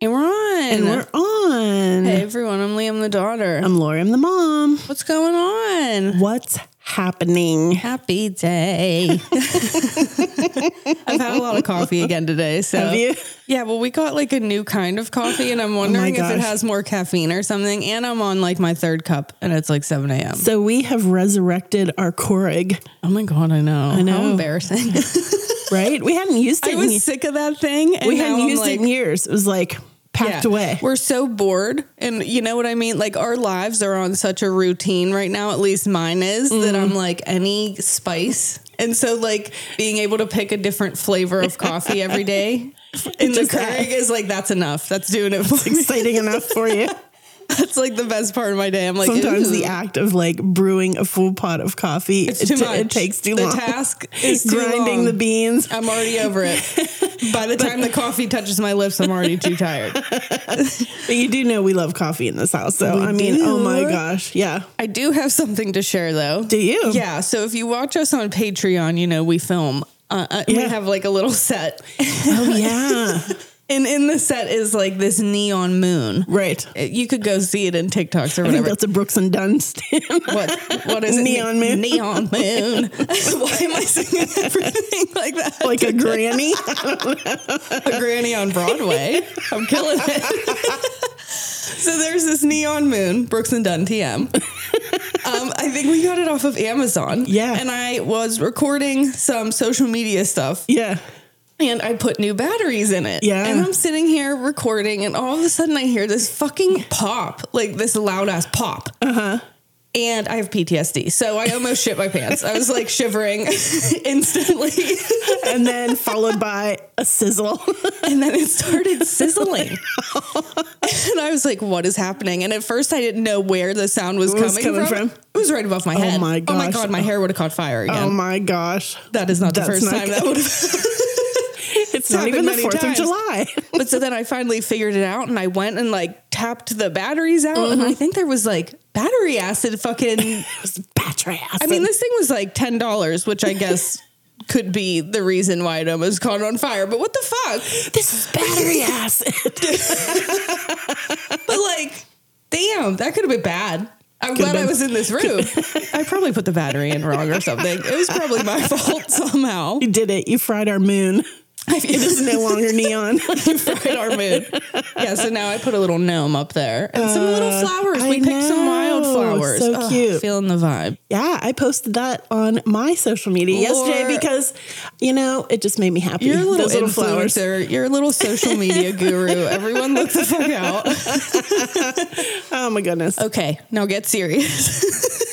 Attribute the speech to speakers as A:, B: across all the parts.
A: And we're on.
B: And we're on.
A: hey, everyone. I'm Liam, the daughter.
B: I'm Lori. I'm the mom.
A: What's going on?
B: What's happening?
A: Happy day. I've had a lot of coffee again today. So
B: Have you?
A: yeah, well, we got like a new kind of coffee, and I'm wondering if it
B: gosh.
A: has more caffeine or something. And I'm on like my third cup, and it's like 7 a.m.
B: So we have resurrected our Keurig,
A: Oh my god, I know. I How
B: know.
A: embarrassing.
B: right? We hadn't used
A: I
B: it.
A: was
B: in,
A: sick of that thing. And
B: we
A: now
B: hadn't
A: I'm
B: used
A: like,
B: it in years. It was like packed
A: Yeah.
B: away.
A: We're so bored. And you know what I mean? Like our lives are on such a routine right now, at least mine is, that
B: Mm-hmm.
A: I'm like any spice. And so like being able to pick a different flavor of coffee every day in the
B: Just that.
A: Keurig is like that's enough. That's doing it for me.
B: Exciting enough for you.
A: That's like the best part of my day. I'm like
B: Sometimes
A: "Ooh,
B: the act of like brewing a full pot of coffee,
A: it's
B: it,
A: too
B: ta-
A: much.
B: it takes too
A: the
B: long.
A: The task is too
B: Grinding
A: long.
B: the beans.
A: I'm already over it. By the time the coffee touches my lips, I'm already too tired.
B: But you do know we love coffee in this house. So, I mean, oh my
A: do.
B: gosh. Yeah.
A: I do have something to share though.
B: Do you?
A: Yeah. So if you watch us on Patreon, you know, we film. Uh, uh, We
B: Yeah.
A: have like a little set.
B: Oh, yeah.
A: and in the set is like this neon moon.
B: right.
A: It- You could go see it in TikToks or
B: I think
A: whatever.
B: that's a Brooks and Dunn stand.
A: What, what is it?
B: Neon moon.
A: Neon moon. Why am I singing everything like that?
B: like a granny.
A: a granny on Broadway. I'm killing it. so there's this neon moon, Brooks and Dunn TM. Um, I think we got it off of Amazon.
B: Yeah.
A: And I was recording some social media stuff
B: yeah.
A: and I put new batteries in it.
B: Yeah.
A: And I'm sitting here recording and all of a sudden I hear this fucking pop, like this loud ass pop. Uh huh.
B: Uh-huh.
A: And I have PTSD. So I almost shit my pants. I was like shivering instantly.
B: and then followed by a sizzle.
A: and then it started sizzling. and I was like, what is happening? And at first I didn't know where the sound was,
B: Where it's
A: coming,
B: coming
A: from.
B: from?
A: It was right above my head.
B: my
A: Oh my
B: gosh.
A: god, my hair would have caught fire
B: Oh
A: again.
B: my gosh.
A: that is not the
B: That's
A: first
B: not
A: time that
B: good.
A: would have
B: It's not even
A: happened many
B: the 4th of
A: times.
B: July.
A: but so then I finally figured it out and I went and like tapped the batteries out. And
B: Mm-hmm.
A: I think there was like battery acid fucking.
B: Patrick.
A: I mean, this thing was like $10, which I guess could be the reason why it almost caught on fire. But what the fuck?
B: this is battery acid.
A: But like, damn, that could have been bad. I'm glad I
B: been.
A: was in this room. I probably put the battery in wrong or something. It was probably my fault somehow.
B: you did it. You fried our moon. It is no longer neon.
A: right our mood. Yeah, so now I put a little gnome up there and some little flowers.
B: I
A: we picked some
B: know.
A: wildflowers.
B: So
A: Ugh,
B: cute.
A: feeling the vibe.
B: yeah, I posted that on my social media
A: Lord.
B: yesterday because, you know, it just made me happy.
A: You're a little
B: Those little flowers.
A: influencer. You're a little social media guru. Everyone look the fuck out.
B: Oh my goodness.
A: Okay, now get serious.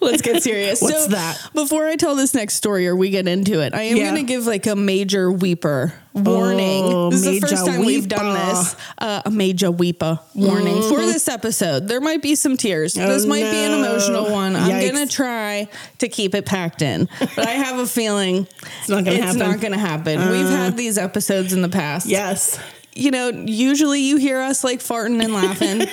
A: Let's get serious.
B: What's that?
A: Before I tell this next story or we get into it, I am
B: Yeah.
A: going to give like a major weeper warning.
B: Oh,
A: this is the
B: major
A: first time we've done
B: weeper. Mm.
A: this. Uh, a major weeper warning for this episode. There might be some tears. this might be an
B: Oh, no.
A: emotional one. I'm
B: Yikes.
A: going to try to keep it packed in, but I have a feeling
B: It's not going to
A: it's
B: happen. Uh.
A: not going to happen. we've had these episodes in the past
B: yes.
A: you know, usually you hear us like farting and laughing.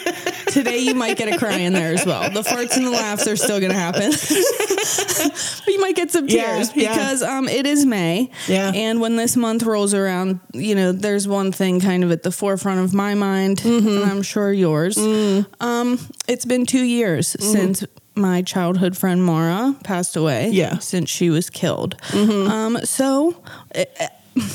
A: Today you might get a cry in there as well. The farts and the laughs are still going to happen. but you might get some
B: Yeah,
A: tears
B: yeah.
A: because um it is May.
B: Yeah.
A: And when this month rolls around, you know, there's one thing kind of at the forefront of my mind
B: Mm-hmm.
A: and I'm sure yours.
B: Mm.
A: Um it's been 2 years
B: Mm-hmm.
A: since my childhood friend Mara passed away
B: Yeah. Mm-hmm.
A: since she was killed. Um so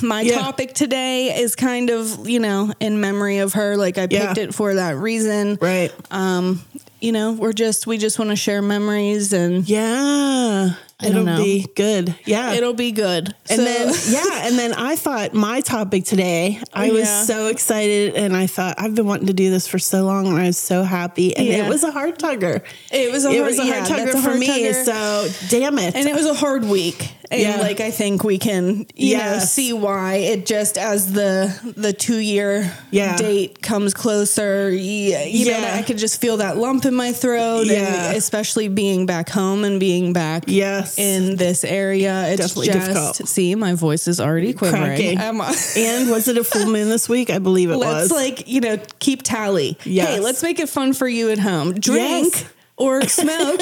A: my
B: Yeah.
A: topic today is kind of you know in memory of her like i picked
B: Yeah.
A: it for that reason
B: Right.
A: um you know we're just we just want to share memories and
B: Yeah.
A: don't
B: It'll
A: know.
B: be good. Yeah.
A: it'll be good
B: And
A: So-
B: then yeah, and then I thought my topic today. I was
A: yeah.
B: so excited, and I thought I've been wanting to do this for so long, and I was so happy. And
A: Yeah.
B: it was a hard tugger.
A: it was a
B: it
A: hard,
B: was a
A: yeah,
B: hard
A: that's
B: tugger
A: a
B: for
A: hard
B: me.
A: tugger.
B: So damn it.
A: and it was a hard week And
B: Yeah.
A: like I think we can, you know,
B: Yes.
A: see why it just as the the two year
B: Yeah.
A: date comes closer, yeah, you know,
B: Yeah.
A: I could just feel that lump in my throat,
B: Yeah.
A: and especially being back home and being back
B: Yes.
A: in this area. It's
B: Definitely
A: just
B: difficult.
A: see, my voice is already quivering.
B: Cracking.
A: Um,
B: and was it a full moon this week? I believe it
A: let's
B: was.
A: like you know keep tally.
B: Yes.
A: Hey, let's make it fun for you at home. Drink.
B: Yes.
A: Or smoke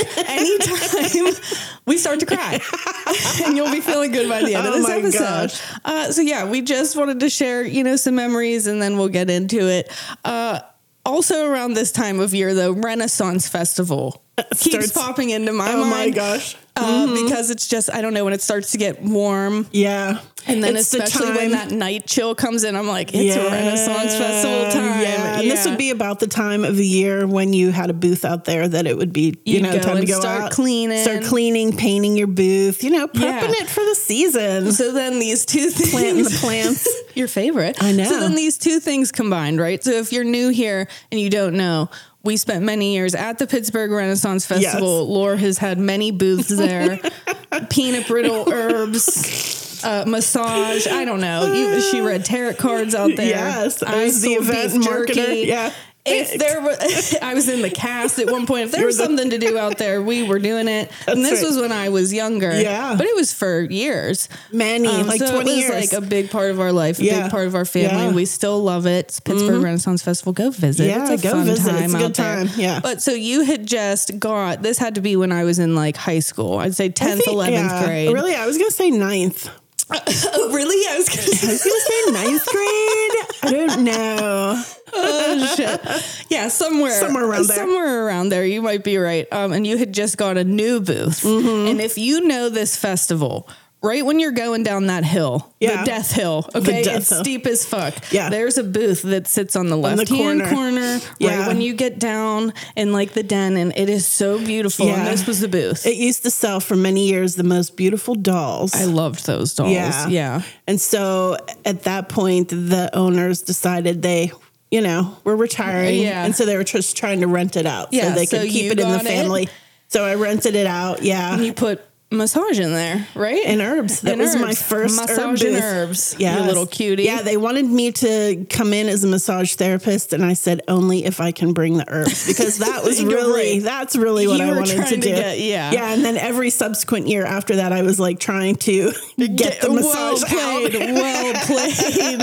A: anytime we start to cry, and you'll be feeling good by the end of
B: Oh
A: this
B: my
A: episode.
B: gosh.
A: Uh, so yeah, we just wanted to share you know some memories, and then we'll get into it. Uh, also, around this time of year, the Renaissance Festival keeps
B: starts-
A: popping into my
B: oh
A: mind.
B: my gosh.
A: Uh,
B: Mm-hmm.
A: because it's just I don't know when it starts to get warm,
B: Yeah.
A: and then
B: It's the
A: especially when
B: time-
A: that night chill comes in, I'm like, it's a Renaissance Festival time.
B: Yeah. And this
A: Yeah.
B: would be about the time of the year when you had a booth out there that it would be, you
A: You'd
B: know,
A: go
B: time to
A: and
B: go
A: start
B: out,
A: cleaning.
B: start cleaning, painting your booth, you know, prepping
A: Yeah.
B: it for the season.
A: so then these two things,
B: Planting the plants.
A: your favorite.
B: I know.
A: So then these two things combined, right? So if you're new here and you don't know. We spent many years at the Pittsburgh Renaissance Festival. Laura has had many booths there, peanut brittle herbs, uh, massage. I don't know. You, she read tarot cards out there.
B: Yes, I was the
A: sold
B: event
A: beef
B: marketer. Yeah.
A: If there was, I was in the cast at one point. If there was
B: the-
A: something to do out there, we were doing it. and
B: That's
A: this
B: right.
A: was when I was younger.
B: Yeah.
A: But it was for years.
B: Many,
A: Um,
B: like
A: so
B: 20
A: it was like
B: years.
A: a big part of our life, a
B: Yeah.
A: big part of our family.
B: Yeah. Mm-hmm.
A: We still love it. It's Pittsburgh Renaissance Festival. Go visit.
B: Yeah,
A: it's a
B: go
A: fun
B: visit.
A: time
B: It's a good
A: out there.
B: time. Yeah.
A: But so you had just got this had to be when I was in like high school. I'd say
B: I
A: 10th,
B: think-
A: 11th
B: yeah.
A: grade.
B: Really? I was going to say ninth.
A: Oh, really? I was gonna
B: I was going to say ninth grade. I don't know.
A: Oh, shit. Yeah, somewhere,
B: Somewhere around there.
A: somewhere around there. You might be right. Um, and you had just got a new booth,
B: Mm-hmm.
A: and if you know this festival. Right when you're going down that hill,
B: Yeah.
A: the death hill, okay,
B: death
A: it's
B: hill.
A: steep as fuck.
B: Yeah.
A: there's a booth that sits on the left hand
B: corner.
A: corner, right
B: Yeah.
A: when you get down in like the den, and it is so beautiful. And
B: Yeah.
A: this was the booth.
B: It used to sell for many years the most beautiful dolls.
A: I loved those dolls. Yeah,
B: And so at that point, the owners decided they, you know, were retiring.
A: Yeah.
B: And so they were just trying to rent it out
A: Yeah,
B: so they
A: so
B: could keep
A: you
B: it in the
A: got it.
B: family. So I rented it out. Yeah.
A: And you put massage in there, right?
B: and herbs. That
A: And
B: was my
A: herbs.
B: first
A: massage
B: herb
A: and
B: booth.
A: herbs. Yeah,
B: Yes.
A: you little cutie.
B: Yeah, they wanted me to come in as a massage therapist, and I said only if I can bring the herbs because that was
A: You're
B: really
A: right.
B: that's really what
A: You
B: I
A: were
B: wanted to
A: trying to
B: do.
A: get- yeah.
B: yeah. And then every subsequent year after that, I was like trying to get, the massage
A: well played,
B: out
A: well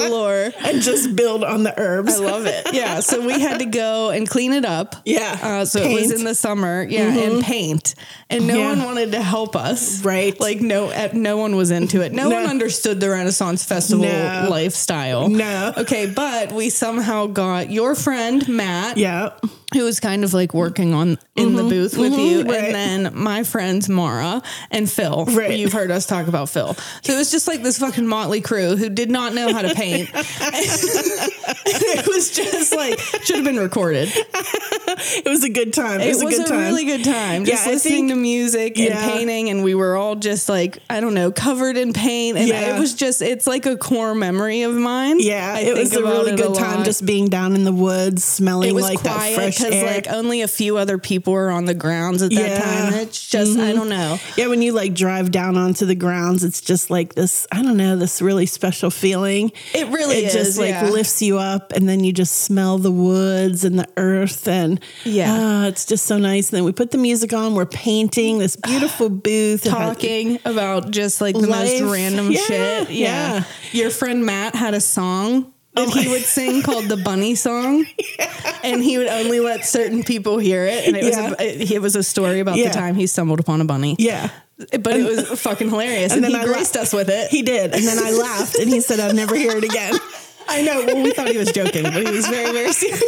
A: played, Lore.
B: and just build on the herbs.
A: I love it. Yeah, so we had to go and clean it up.
B: Yeah.
A: uh, so it was
B: Paint. Mm-hmm.
A: in the summer. Yeah, and paint, and no
B: Yeah.
A: one wanted to help us.
B: Right.
A: like no, eh, no one was into it. No,
B: No.
A: one understood the Renaissance Festival
B: No.
A: lifestyle.
B: No.
A: okay, but we somehow got your friend Matt.
B: yeah,
A: who was kind of like working on in the booth with you,
B: Mm-hmm. right.
A: and then my friends Mara and Phil.
B: Right.
A: You've heard us talk about Phil, so it was just like this fucking motley crew who did not know how to paint. And it was just like should have been recorded. It
B: it was a good time. It,
A: was,
B: was, a good time.
A: really good time. Just
B: Yeah, I
A: listening
B: think-
A: to music
B: Yeah.
A: and painting, and we were all just like I don't know, covered in paint, and
B: Yeah.
A: it was just it's like a core memory of mine.
B: yeah,
A: I
B: it was
A: think
B: a
A: about
B: really
A: it
B: good time
A: lot.
B: just being down in the woods, smelling like that fresh air.
A: like only a few other people were on the grounds at that
B: Yeah. Mm-hmm.
A: time. It's just I don't know.
B: Yeah, when you like drive down onto the grounds, it's just like this, I don't know, this really special feeling.
A: It really
B: It
A: is,
B: just like
A: yeah.
B: lifts you up and then you just smell the woods and the earth and
A: Yeah.
B: ah, it's just so nice. And then we put the music on, we're painting this beautiful booth. It had-
A: Talking about just like the
B: Life.
A: most random
B: Yeah, Oh
A: shit. Yeah. Your friend Matt had a song that he would sing called the bunny song and he would only let certain people hear it and it
B: Yeah.
A: was a, it, it was a story about
B: Yeah.
A: the time he stumbled upon a bunny
B: Yeah.
A: but it was fucking hilarious and,
B: then
A: he
B: I la-
A: graced us with it
B: He did. And then I laughed and he said, I'll never hear it again.
A: i know well, we thought he was joking but he was very very serious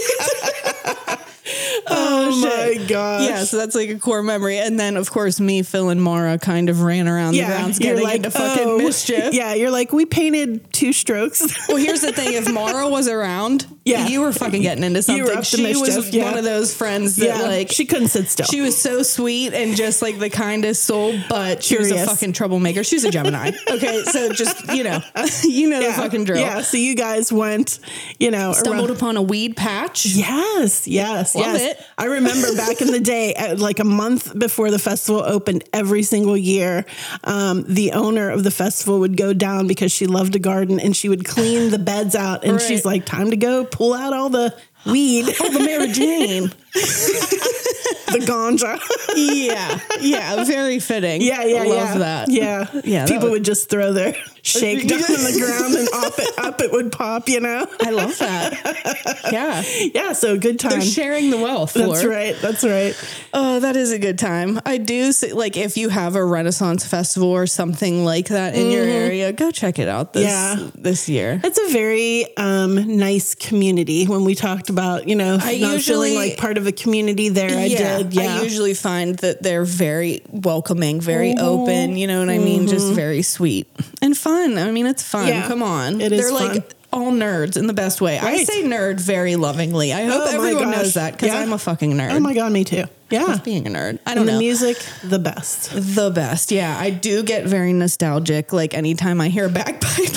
B: Oh, my gosh.
A: Yeah, so that's like a core memory. And then, of course, me, Phil, and Mara kind of ran around the grounds getting into fucking
B: "Oh."
A: mischief.
B: Yeah, you're like, we painted two strokes.
A: Well, here's the thing: if Mara was around,
B: Yeah.
A: you were fucking getting into
B: You
A: something.
B: were up to
A: she was
B: mischief, yeah.
A: one of those friends that
B: yeah,
A: like
B: she couldn't sit still.
A: She was so sweet and just like the kindest soul, but she was a
B: Curious.
A: fucking troublemaker. She's a Gemini. okay, so just you know, you know the
B: yeah.
A: fucking drill.
B: Yeah, so you guys went, you know,
A: Stumbled
B: around-
A: upon a weed patch.
B: Yes, yes,
A: Love
B: yes.
A: it.
B: I remember back in the day, uh, like a month before the festival opened, every single year, um, the owner of the festival would go down because she loved a garden and she would clean the beds out. And
A: Right. Oh,
B: she's like, time to go pull out all the weed, all the Mary Jane, the ganja.
A: Yeah, yeah, very fitting.
B: Yeah, yeah,
A: love
B: yeah.
A: that.
B: Yeah,
A: Yeah, that
B: People
A: would-
B: would just throw their shake down on the ground and up it, up it would pop. You know.
A: I love that. Yeah,
B: Yeah. So good time.
A: they're sharing the wealth.
B: That's
A: Lord.
B: right. That's right.
A: Oh, that is a good time. I do see, like if you have a Renaissance festival or something like that in your area, go check it out this
B: Mm-hmm. Yeah.
A: this year.
B: It's a very um, nice community. When we talked about, you know,
A: I
B: not
A: usually-
B: feeling like part of a community there, I did. Yeah.
A: I usually find that they're very welcoming, very open. You know what I mean? Just very sweet and fun. I mean, it's fun.
B: Mm-hmm. Yeah.
A: Come on,
B: It is
A: They're
B: fun.
A: like all nerds in the best way. I
B: Right.
A: say nerd very lovingly. I hope
B: Oh my
A: everyone
B: gosh.
A: knows that because
B: Yeah.
A: I'm a fucking nerd.
B: oh my God, me too. Yeah.
A: Being a nerd, I don't
B: And the
A: know.
B: music, the best.
A: the best, yeah. I do get very nostalgic. Like anytime I hear a bagpipe.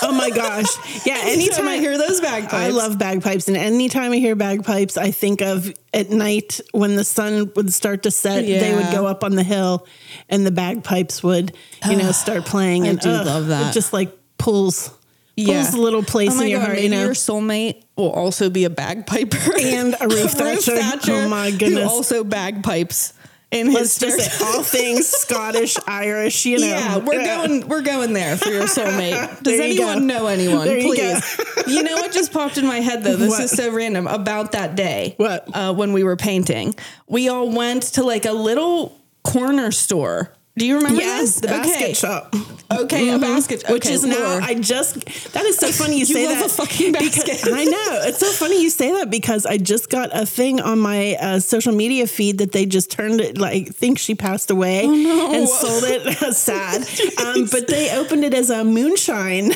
B: Oh my gosh. Yeah.
A: Anytime
B: Anytime
A: I hear those bagpipes,
B: I love bagpipes, and anytime I hear bagpipes, I think of at night when the sun would start to set. They would
A: Yeah.
B: go up on the hill, and the bagpipes would, you know, start playing.
A: I
B: and
A: do love that.
B: It just like pulls, pulls a little place
A: Oh my
B: in your
A: God,
B: heart.
A: Maybe
B: You know,
A: your soulmate will also be a bagpiper
B: And a roof thatcher. Oh my
A: who
B: goodness.
A: also bagpipes in
B: let's
A: his.
B: just
A: spare-
B: say all things Scottish, Irish. You know,
A: yeah, we're going. We're going there for your soulmate. Does
B: There you go.
A: anyone know anyone?
B: There you go.
A: please. You, know what just popped in my head though. This
B: What?
A: is so random. About that day,
B: What?
A: uh, when we were painting, we all went to like a little corner store. Do you remember?
B: Yes,
A: this?
B: the basket
A: okay.
B: shop, Mm-hmm.
A: Okay, a basket,
B: which
A: okay,
B: is now
A: Laura.
B: I just that is so funny you,
A: You
B: say
A: love
B: that
A: a fucking
B: because-
A: basket.
B: I know it's so funny you say that because I just got a thing on my uh, social media feed that they just turned it like think she passed away
A: Oh,
B: and sold it sad, um, but they opened it as a moonshine.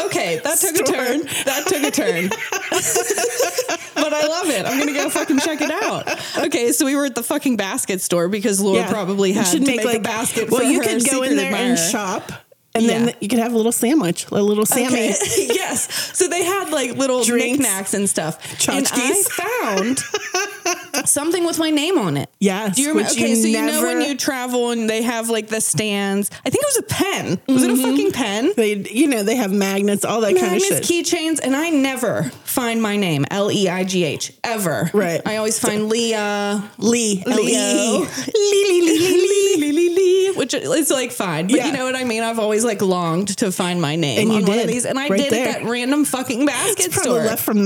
A: Okay, that took a
B: Store.
A: turn. That took a turn. but I love it. I'm gonna go fucking check it out. Okay, so we were at the fucking basket store because Laura probably
B: You
A: had to make, a basket.
B: Well,
A: for
B: you
A: her
B: could go
A: secret
B: in there
A: admirer.
B: and shop, and
A: Yeah.
B: then you could have a little sandwich, a little Sammy.
A: Okay. yes. So they had like little
B: Drinks.
A: knickknacks and stuff. And
B: Tchotchkes.
A: I found something with my name on it.
B: Yes,
A: Do you remember?
B: which
A: Okay, so you know
B: never-
A: when you travel and they have like the stands. I think it was a pen. Was
B: Mm-hmm.
A: it a fucking pen?
B: They, you know, they have magnets, all that kind of shit.
A: Magnets, keychains, and I never find my name L E I G H ever.
B: Right.
A: I always find Leah,
B: Lee, Leo.
A: Leo,
B: Lee, Lee, Lee, Lee, Lee.
A: which is like fine, but
B: Yeah.
A: you know what I mean. I've always like longed to find my name
B: And you
A: on one of
B: did,
A: these, and I
B: right
A: did
B: there.
A: at that random fucking basket
B: It's probably
A: store.
B: left from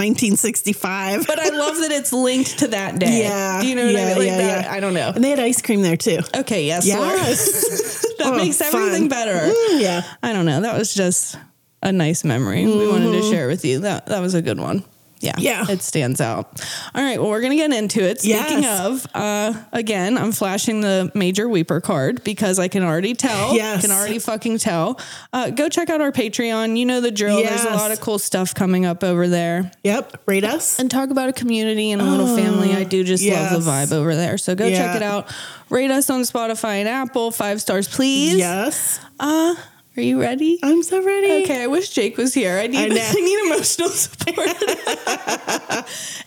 B: 1965.
A: but I love that it's linked to that day.
B: yeah,
A: Do you know what I
B: yeah,
A: mean? Like
B: yeah,
A: that,
B: yeah.
A: I don't know.
B: And they had ice cream there too.
A: Okay, yes, Laura.
B: Yes,
A: that
B: Oh,
A: makes everything
B: fun.
A: better.
B: Mm, yeah.
A: I don't know. That was just a nice memory we wanted to share with you. That that was a good one. Yeah.
B: Mm-hmm. Yeah.
A: It stands out. All right. Well, we're going to get into it. Speaking
B: Yes.
A: of, uh, again, I'm flashing the major weeper card because I can already tell.
B: Yes.
A: Can already fucking tell. Uh, go check out our Patreon. You know the drill. There's a
B: Yes.
A: lot of cool stuff coming up over there.
B: Yep, rate us.
A: And talk about a community and a little family. I do just love the
B: Oh, yes.
A: vibe over there. So go check
B: Yeah.
A: it out. Rate us on Spotify and Apple. Five stars, please.
B: Yes,
A: Uh, are you ready?
B: I'm so ready.
A: Okay, I wish Jake was here. I need
B: I
A: I,
B: know.
A: need emotional support.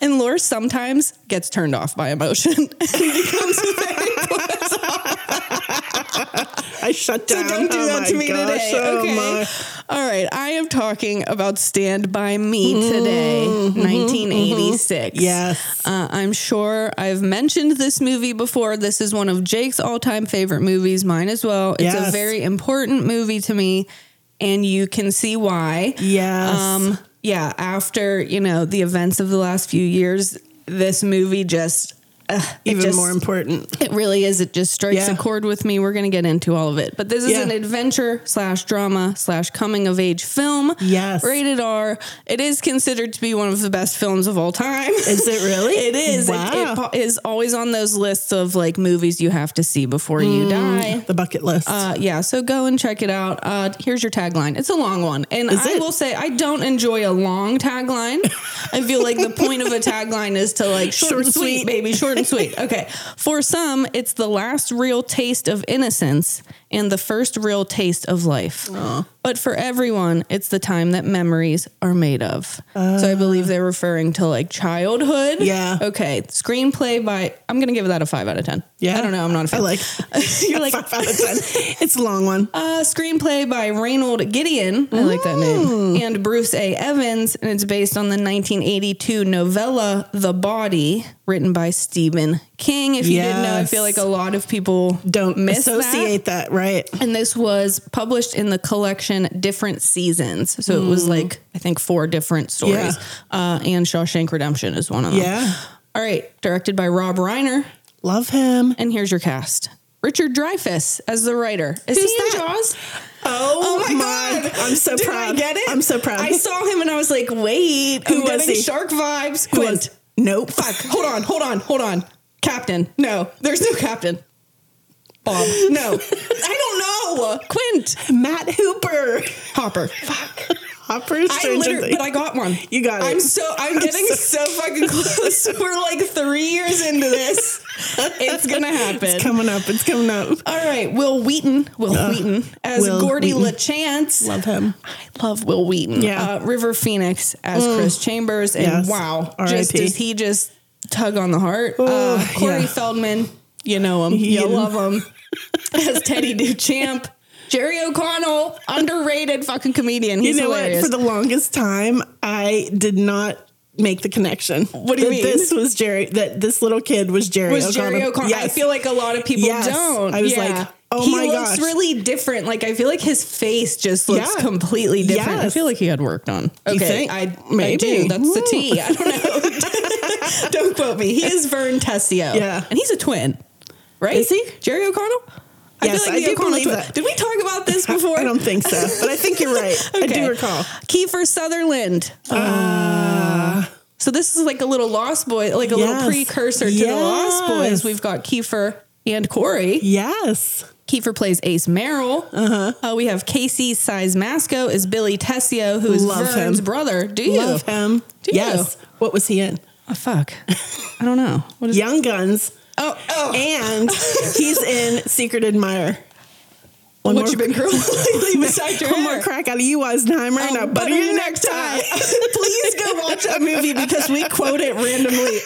A: and Laura sometimes gets turned off by emotion and becomes very
B: I shut down.
A: don't do
B: Oh
A: that to
B: my
A: me
B: gosh,
A: today.
B: oh
A: okay.
B: my.
A: All right. I am talking about Stand By Me today, 1986.
B: Yes.
A: Uh, I'm sure I've mentioned this movie before. This is one of Jake's all time favorite movies, mine as well. It's a
B: Yes.
A: very important movie to me, and you can see why.
B: Yes.
A: Um, yeah, after, you know, the events of the last few years, this movie just uh, it
B: even
A: just-
B: more important.
A: It really is. It just strikes
B: Yeah.
A: a chord with me. We're going to get into all of it. But this is
B: Yeah.
A: an adventure slash drama slash coming of age film.
B: Yes.
A: Rated R. It is considered to be one of the best films of all time.
B: Is it really?
A: It is. It-
B: Wow.
A: It, po- is always on those lists of like movies you have to see before
B: Mm.
A: you die.
B: the bucket list.
A: Uh, yeah, so go and check it out. Uh, here's your tagline. It's a long one, and I
B: it?
A: will say I don't enjoy a long tagline. I feel like the point of a tagline is to like short,
B: Short
A: and
B: and
A: sweet,
B: sweet.
A: baby, short and sweet. Okay, for some, it's the last real taste of innocence and the first real taste of life. But for everyone, it's the time that memories are made of. so I believe they're referring to like childhood.
B: Yeah.
A: Okay. Screenplay by I'm gonna give that a five out of ten.
B: yeah.
A: I don't know. I'm not a
B: I
A: fan.
B: like
A: You're like
B: five out of ten. It's a long one.
A: uh, screenplay by Reynold Gideon. I like that name.
B: Mm.
A: And Bruce A. Evans. And it's based on the 1982 novella The Body, written by Stephen King. If you didn't know, I feel like
B: Yes.
A: a lot of people
B: Don't
A: miss that.
B: associate that. right?
A: And this was published in the collection Different Seasons. So it was
B: Mm.
A: like, I think, four different stories. Uh, and Shawshank Redemption is one of them.
B: Yeah.
A: All right. Directed by Rob Reiner.
B: Love him.
A: And here's your cast Richard Dreyfuss as the writer. Is
B: Who's
A: he in
B: that?
A: Jaws?
B: Oh,
A: my God.
B: I'm so
A: Did
B: proud.
A: I get it?
B: I'm so proud.
A: I saw him and I was like, wait, who
B: Who
A: was
B: was
A: getting
B: he?
A: shark vibes.
B: Who
A: Quint.
B: was- Nope.
A: Fuck. Hold on, hold on, hold on. Captain. No, there's no captain. Bob. No. I don't know. Quint.
B: Matt Hooper.
A: Hopper.
B: Hopper.
A: I
B: Stranger
A: literally,
B: Things.
A: but I got one.
B: You got it.
A: I'm so I'm getting so fucking close. We're like three years into this. It's gonna happen.
B: It's coming up. It's coming up.
A: All right, Will Wheaton. Will Wheaton as
B: Will
A: Gordy
B: Wheaton.
A: LaChance.
B: Love him.
A: I love Will Wheaton.
B: Yeah. Mm.
A: Uh, River Phoenix as Chris Chambers. And
B: Yes.
A: wow,
B: R.I.P.
A: just does he just tug on the heart? uh,
B: Oh,
A: Corey
B: yeah.
A: Feldman, you know him.
B: Yeah.
A: You love him. as Teddy Duchamp. Jerry O'Connell, underrated fucking comedian. He's
B: you know
A: hilarious.
B: what? For the longest time, I did not make the connection. What
A: do you
B: that
A: mean?
B: This was Jerry. That this little kid was Jerry.
A: was Jerry O'Connell. I
B: Yes.
A: feel like a lot of people
B: Yes.
A: don't.
B: I was
A: Yeah.
B: like, oh
A: he
B: my
A: looks
B: gosh.
A: really different. Like I feel like his face just looks
B: Yeah.
A: completely different.
B: Yes.
A: I feel like he had worked on. Okay,
B: think?
A: I maybe I
B: Maybe.
A: do. that's the T. I don't know. don't quote me. He is Vern Tessio.
B: Yeah.
A: and he's a twin, right?
B: Is he?
A: Jerry O'Connell?
B: Yes, I
A: the
B: do
A: O'Connell
B: believe
A: twin-
B: that.
A: Did we talk about this before?
B: I don't think so, but I think you're right. I do recall.
A: Kiefer Sutherland.
B: Ah.
A: Uh, So this is like a little Lost Boy, like a little
B: Yes.
A: precursor to the Lost Boys.
B: Yes.
A: We've got Kiefer and Corey.
B: Yes.
A: Kiefer plays Ace Merrill. Uh-huh. we have Casey Sizemasco is Billy Tessio, who is
B: Love
A: Vern's
B: him.
A: brother. Do you?
B: Love him.
A: Do
B: yes. What was he in?
A: Oh, fuck. I don't know. What is
B: Young Guns.
A: Oh, oh.
B: And he's in Secret Admirer. One
A: what
B: more,
A: you been growing lately besides your
B: one
A: hair?
B: more crack out of you, Eisenheimer, and
A: Oh,
B: I'll butter your necktie.
A: Please go watch that movie because we quote it randomly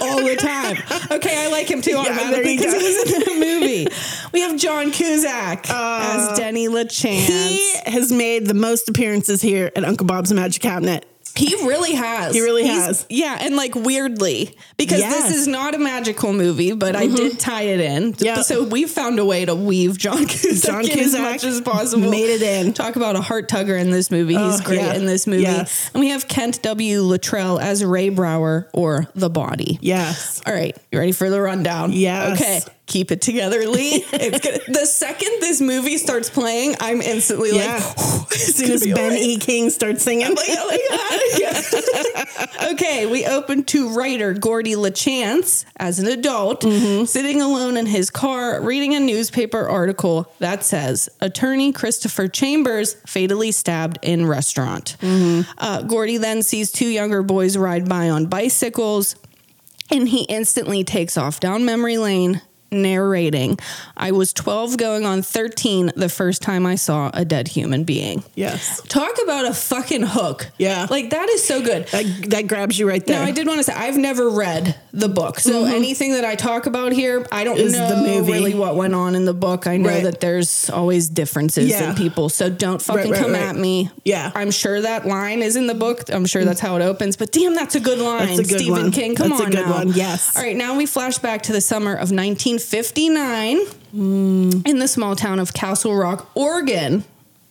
A: all the time. Okay, I like him too
B: there
A: automatically
B: you
A: because
B: go.
A: he was in the movie. We have John Kuzak as Denny LaChance.
B: Uh, He has made the most appearances here at Uncle Bob's Magic Cabinet.
A: He really has. He
B: really has.
A: Yeah, and like weirdly, because
B: Yes. Mm-hmm.
A: this is not a magical movie, but I did tie it in.
B: Yeah.
A: So we found a way to weave John Cusack,
B: John
A: in as
B: Cusack
A: much as possible.
B: made it in.
A: Talk about a heart tugger in this movie. He's
B: Oh,
A: great
B: yeah.
A: in this movie.
B: Yes.
A: And we have Kent W. Luttrell as Ray Brower or The Body.
B: Yes.
A: All right, you ready for the rundown?
B: Yes.
A: Okay, keep it together, Lee. It's gonna, the second this movie starts playing, I'm instantly
B: Yeah.
A: like, as
B: As soon as Ben E. King starts singing,
A: like, oh my God. okay, we open to writer Gordy LaChance as an adult, sitting alone in his car reading a newspaper article that says attorney Christopher Chambers fatally stabbed in restaurant. Uh, Gordy then sees two younger boys ride by on bicycles and he instantly takes off down memory lane narrating i was 12 going on 13 the first time i saw a dead human being
B: yes,
A: Talk about a fucking hook.
B: Yeah.
A: Like that is so good.
B: that, that grabs you right there. Mm-hmm.
A: Now, I did want to say I've never read the book, so anything that I talk about here, I don't
B: Is
A: know
B: the movie.
A: really what went on in the book. I know
B: Right.
A: that there's always differences
B: Yeah.
A: in people, so don't fucking
B: right,
A: come
B: right.
A: at me.
B: Yeah. Mm.
A: I'm sure that line is in the book. I'm sure that's how it opens. But damn, that's a good line,
B: That's a good
A: Stephen
B: one.
A: King. Come
B: That's a
A: on,
B: good
A: now.
B: one, yes.
A: All right, now we flash back to the summer of
B: Mm.
A: 1959 in the small town of Castle Rock, Oregon.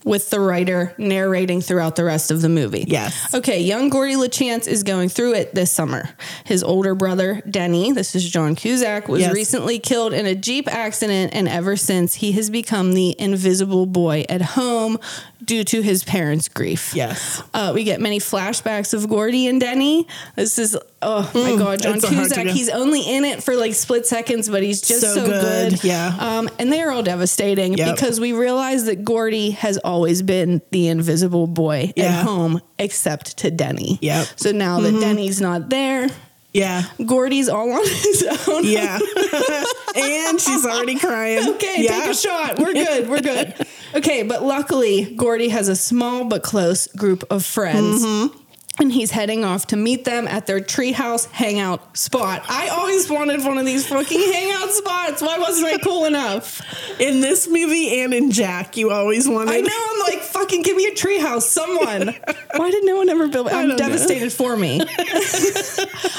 A: with the writer narrating throughout the rest of the movie.
B: Yes.
A: Okay, young Gordy LaChance is going through it this summer. His older brother, Denny, this is John Cusack, was
B: Yes.
A: recently killed in a Jeep accident, and ever since, he has become the invisible boy at home due to his parents' grief.
B: Yes.
A: Uh, we get many flashbacks of Gordy and Denny. This is, oh my God, John
B: Mm, it's a hard to
A: Cusack.
B: go.
A: He's only in it for like split seconds, but he's just so,
B: So
A: good.
B: good, yeah.
A: Um, and they are all devastating
B: Yep.
A: because we realize that Gordy has always been the invisible boy
B: Yeah.
A: at home, except to Denny.
B: Yep. Mm-hmm.
A: So now that Denny's not there,
B: Yeah.
A: Gordy's all on his own.
B: Yeah. and she's already crying.
A: Okay,
B: yeah.
A: take a shot. We're good. We're good. okay, but luckily, Gordy has a small but close group of friends.
B: Mm-hmm.
A: And he's heading off to meet them at their treehouse hangout spot. I always wanted one of these fucking hangout spots. Why wasn't I cool enough?
B: In this movie and in Jack, you always wanted.
A: I know. I'm like, fucking give me a treehouse, someone. Why did no one ever build? I'm
B: don't know.
A: devastated for me.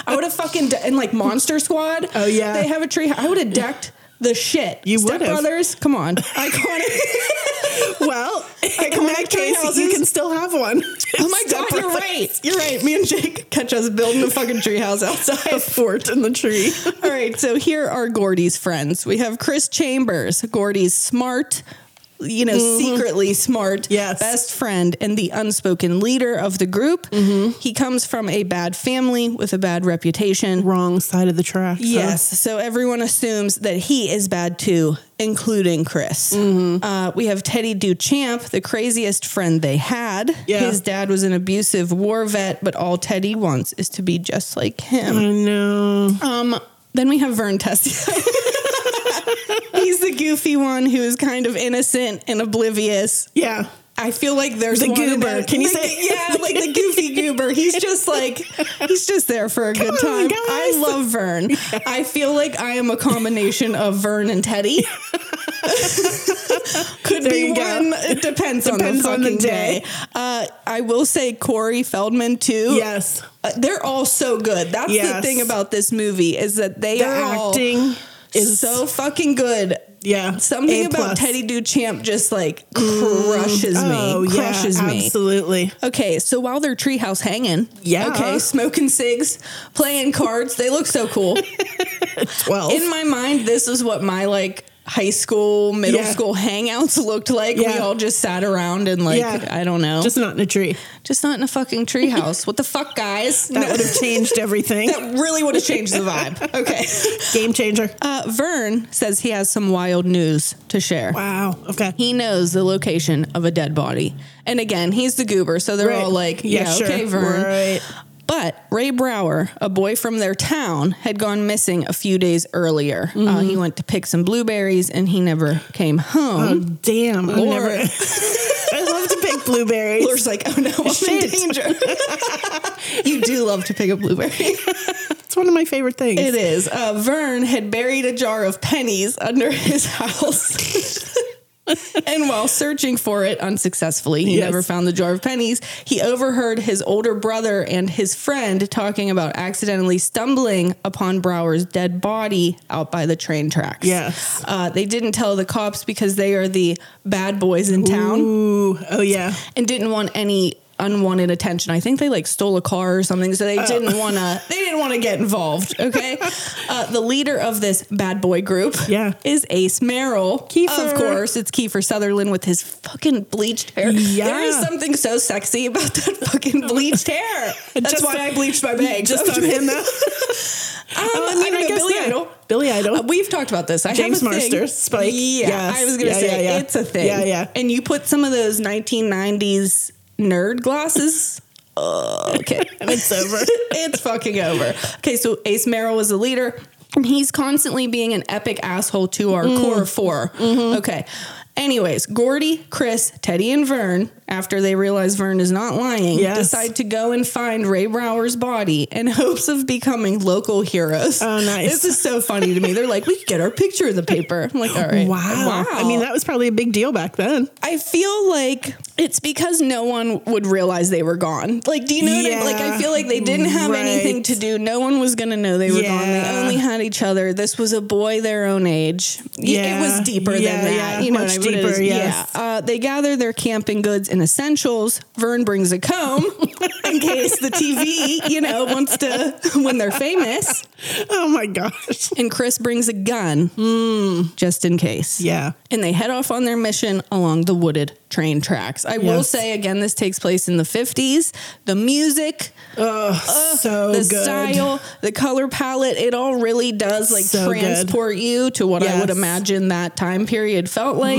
A: I would have fucking de- and like Monster Squad.
B: Oh, yeah.
A: they have a tree. I would have decked the shit.
B: You
A: Step
B: would've.
A: Brothers, come on, iconic.
B: Well, in
A: wanted
B: that case, you
A: treehouses.
B: can still have one.
A: oh my
B: Step
A: god, you're
B: brother.
A: right. You're right. Me and Jake catch us building a fucking treehouse outside.
B: A fort in the tree.
A: All right, so here are Gordy's friends. We have Chris Chambers, Gordy's smart, you know, secretly smart
B: Mm-hmm. Yes.
A: best friend and the unspoken leader of the group.
B: Mm-hmm.
A: He comes from a bad family with a bad reputation.
B: Wrong side of the track.
A: Yes, so everyone assumes that he is bad too, including Chris.
B: Mm-hmm.
A: Uh, we have Teddy Duchamp, the craziest friend they had.
B: Yeah.
A: His dad was an abusive war vet, but all Teddy wants is to be just like him.
B: I know.
A: Um, then we have Vern Tessio. He's the goofy one who is kind of innocent and oblivious.
B: Yeah.
A: I feel like there's
B: The
A: one in
B: goober.
A: there-
B: Can you
A: the-
B: say-
A: Yeah, like the goofy goober. He's just like he's just there for a good time.
B: on,
A: I
B: guys.
A: love Vern. I feel like I am a combination of Vern and Teddy. Could
B: There
A: be
B: you go.
A: one. It depends, on the
B: Depends on
A: fucking
B: the
A: day.
B: day.
A: Uh, I will say Corey Feldman too.
B: Yes.
A: Uh, they're all so good. That's the
B: Yes.
A: thing about this movie is that they
B: The
A: are all
B: acting is
A: so fucking good.
B: yeah.
A: Something
B: A
A: about
B: plus. Mm.
A: Teddy Duchamp just like crushes me, crushes
B: Oh, yeah,
A: me.
B: Absolutely.
A: Okay, so while they're treehouse hanging,
B: Yeah.
A: okay, smoking cigs, playing cards, they look so cool.
B: 12.
A: In my mind, this is what my like high school, middle
B: Yeah.
A: school hangouts looked like. We
B: Yeah.
A: all just sat around and like
B: Yeah.
A: I don't know, just,
B: Just not in a tree.
A: not in a fucking treehouse. what the fuck, guys?
B: That
A: No.
B: would have changed everything.
A: That really would have changed the vibe. Okay.
B: Game changer.
A: Uh, Vern says he has some wild news to share.
B: Wow. Okay.
A: He knows the location of a dead body. And again, he's the goober, so they're all like, yeah, okay, Vern.
B: Right.
A: But Ray Brower, a boy from their town, had gone missing a few days earlier. Uh, he went to pick some blueberries and he never came
B: Oh,
A: home.
B: damn. I never.
A: Laura-
B: I love to pick blueberries.
A: Laura's like, oh no, I'm
B: Shit.
A: in danger. you do love to pick a blueberry.
B: It's one of my favorite things.
A: It is. Uh, Vern had buried a jar of pennies under his house. and while searching for it unsuccessfully, he
B: Yes.
A: never found the jar of pennies. He overheard his older brother and his friend talking about accidentally stumbling upon Brower's dead body out by the train tracks.
B: Yes.
A: Uh, they didn't tell the cops because they are the bad boys in town
B: Ooh. Oh, yeah.
A: and didn't want any unwanted attention. I think they like stole a car or something, so they didn't want to. They didn't want to get involved. Okay, uh, the leader of this bad boy group,
B: Yeah.
A: is Ace Merrill.
B: Kiefer.
A: of course, it's Kiefer Sutherland with his fucking bleached hair. there is
B: Yeah.
A: something so sexy about that fucking bleached hair. That's
B: Just-
A: why I bleached my bangs.
B: Just on him, though.
A: Um,
B: Oh,
A: I mean, I, know, Billy
B: yeah.
A: Idol.
B: Billy Idol.
A: Uh, we've talked about this. I
B: James
A: have a thing.
B: Marsters, Spike.
A: Yeah,
B: Yes.
A: I was gonna
B: Yeah,
A: say
B: yeah, yeah.
A: it's a thing.
B: Yeah, yeah.
A: And you put some of those 1990s nerd glasses. oh, okay,
B: it's over.
A: it's fucking over. Okay, so Ace Merrill was the leader, and he's constantly being an epic asshole to our
B: Mm.
A: core 4
B: Mm-hmm.
A: Okay. Anyways, Gordy, Chris, Teddy, and Vern, after they realize Vern is not lying,
B: Yes.
A: decide to go and find Ray Brower's body in hopes of becoming local heroes.
B: Oh, nice.
A: This is so funny to me. They're like, we could get our picture in the paper. I'm like, all right.
B: Wow. I mean, that was probably a big deal back then.
A: I feel like it's because no one would realize they were gone. Like, do you know what I Like, I
B: Yeah,
A: feel like they didn't have
B: right.
A: anything to do. No one was going to know they were gone. They
B: Yeah.
A: only had each other. This was a boy their own age. Y- It
B: Yeah,
A: was deeper
B: yeah,
A: than that.
B: yeah,
A: You know
B: much
A: what I what it
B: deeper,
A: is.
B: yes.
A: Yeah. Uh, they gather their camping goods and essentials. Vern brings a comb in case the TV, you know, wants to when they're famous.
B: Oh my gosh.
A: And Chris brings a gun just in case.
B: Hmm. Yeah.
A: And they head off on their mission along the wooded train tracks. I will
B: Yes.
A: say again, this takes place in the 50s. The music,
B: Oh, so
A: the
B: good.
A: style, the color palette, it all really does like
B: So good.
A: transport you to what I would
B: Yes. Mm-hmm.
A: imagine that time period felt like.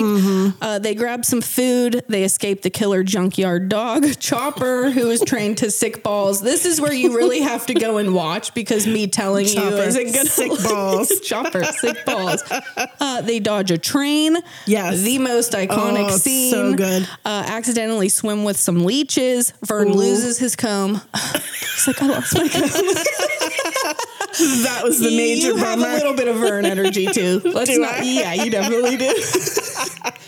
A: Uh, they grab some food. They escape the killer junkyard dog, Chopper, who is trained to sick balls. This is where you really have to go and watch because me telling you
B: Chopper,
A: isn't going to
B: sick balls.
A: Chopper, sick balls. Uh, they dodge a train.
B: Yes.
A: The most iconic
B: Oh, so
A: scene.
B: good.
A: Uh, accidentally swim with some leeches. Vern loses his comb. He's like, I lost my comb.
B: That was the major
A: you have
B: bummer.
A: a little bit of Vern energy too. Let's
B: Do
A: not.
B: I?
A: Yeah, you definitely do.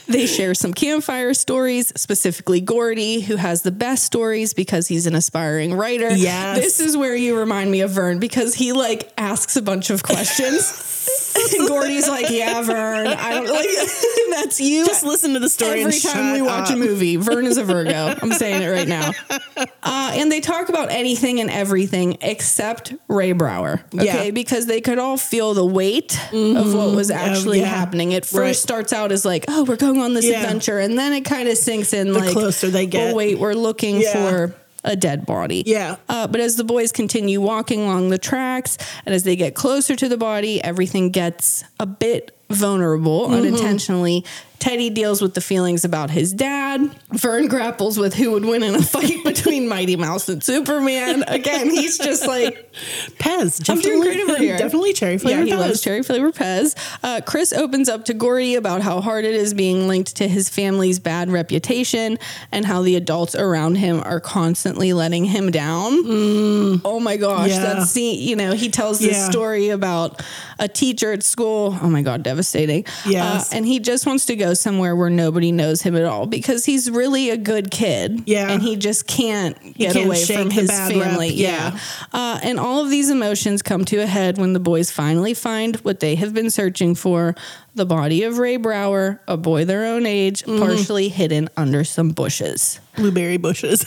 A: they share some campfire stories, specifically Gordy, who has the best stories because he's an aspiring writer.
B: Yes.
A: this is where you remind me of Vern because he like asks a bunch of questions. And Gordy's like, yeah, Vern. I don't like. and that's you
B: Just listen to the story
A: every
B: and
A: time
B: shut
A: we watch
B: up.
A: a movie. Vern is a Virgo. I'm saying it right now. Uh, and they talk about anything and everything except Ray Brower. Okay,
B: Yeah.
A: because they could all feel the weight of what was actually
B: Mm-hmm. yeah.
A: happening. It first
B: Right.
A: starts out as like, oh, we're going on this
B: Yeah.
A: adventure, and then it kind of sinks in. like
B: closer they
A: Oh
B: get.
A: wait, we're looking
B: Yeah.
A: for. A dead body.
B: Yeah.
A: Uh, but as the boys continue walking along the tracks and as they get closer to the body, everything gets a bit vulnerable unintentionally. Teddy deals with the feelings about his dad. Vern grapples with who would win in a fight between Mighty Mouse and Superman. Again, he's just like,
B: Pez.
A: I'm doing great over
B: definitely-
A: here.
B: Definitely cherry
A: yeah,
B: flavor.
A: he loves cherry flavor Pez. Uh, Chris opens up to Gordy about how hard it is being linked to his family's bad reputation and how the adults around him are constantly letting him down. Oh my gosh,
B: Mm. Yeah.
A: that scene, you know, he tells this
B: Yeah.
A: story about a teacher at school. Oh my God, devastating. Uh,
B: Yes.
A: and he just wants to go somewhere where nobody knows him at all because he's really a good kid.
B: Yeah.
A: And he just can't get
B: can't
A: away
B: shake
A: from
B: the
A: his
B: bad rep.
A: family.
B: Yeah.
A: Uh, and all of these emotions come to a head when the boys finally find what they have been searching for the body of Ray Brower, a boy their own age,
B: Mm-hmm.
A: partially hidden under some bushes.
B: Blueberry bushes.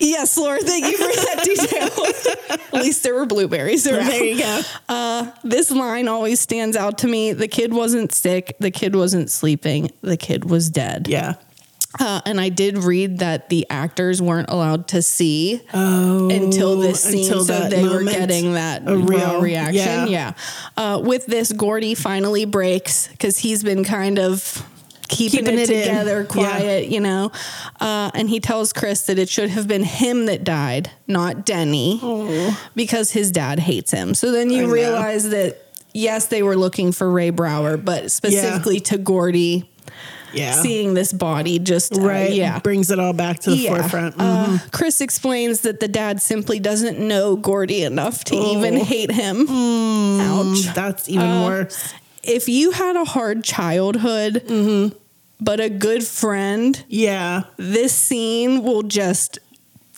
A: Yes, Laura, thank you for that detail. At least there were blueberries around. Uh,
B: there you go.
A: This line always stands out to me. The kid wasn't sick. The kid wasn't sleeping. The kid was dead.
B: Yeah.
A: Uh, and I did read that the actors weren't allowed to see
B: Oh.
A: until this scene,
B: until
A: so
B: that
A: they were
B: moment.
A: getting that
B: A
A: real,
B: real-
A: reaction. Yeah.
B: yeah.
A: Uh, with this, Gordy finally breaks because he's been kind of keeping,
B: Keeping
A: it,
B: it in.
A: together,
B: Yeah.
A: quiet, you know. Uh, and he tells Chris that it should have been him that died, not Denny, because his dad hates him. So then
B: Oh. I
A: you
B: know.
A: realize that. Yes, they were looking for Ray Brower, but specifically to Gordy,
B: Yeah.
A: seeing this body just uh,
B: right.
A: yeah,
B: Brings it all back to the
A: yeah.
B: forefront. Mm, Mm-hmm.
A: Uh, Chris explains that the dad simply doesn't know Gordy enough to even
B: Oh.
A: hate him.
B: Mm.
A: Ouch.
B: That's even
A: uh,
B: worse.
A: If you had a hard childhood,
B: Mm-hmm.
A: but a good friend,
B: Yeah.
A: this scene will just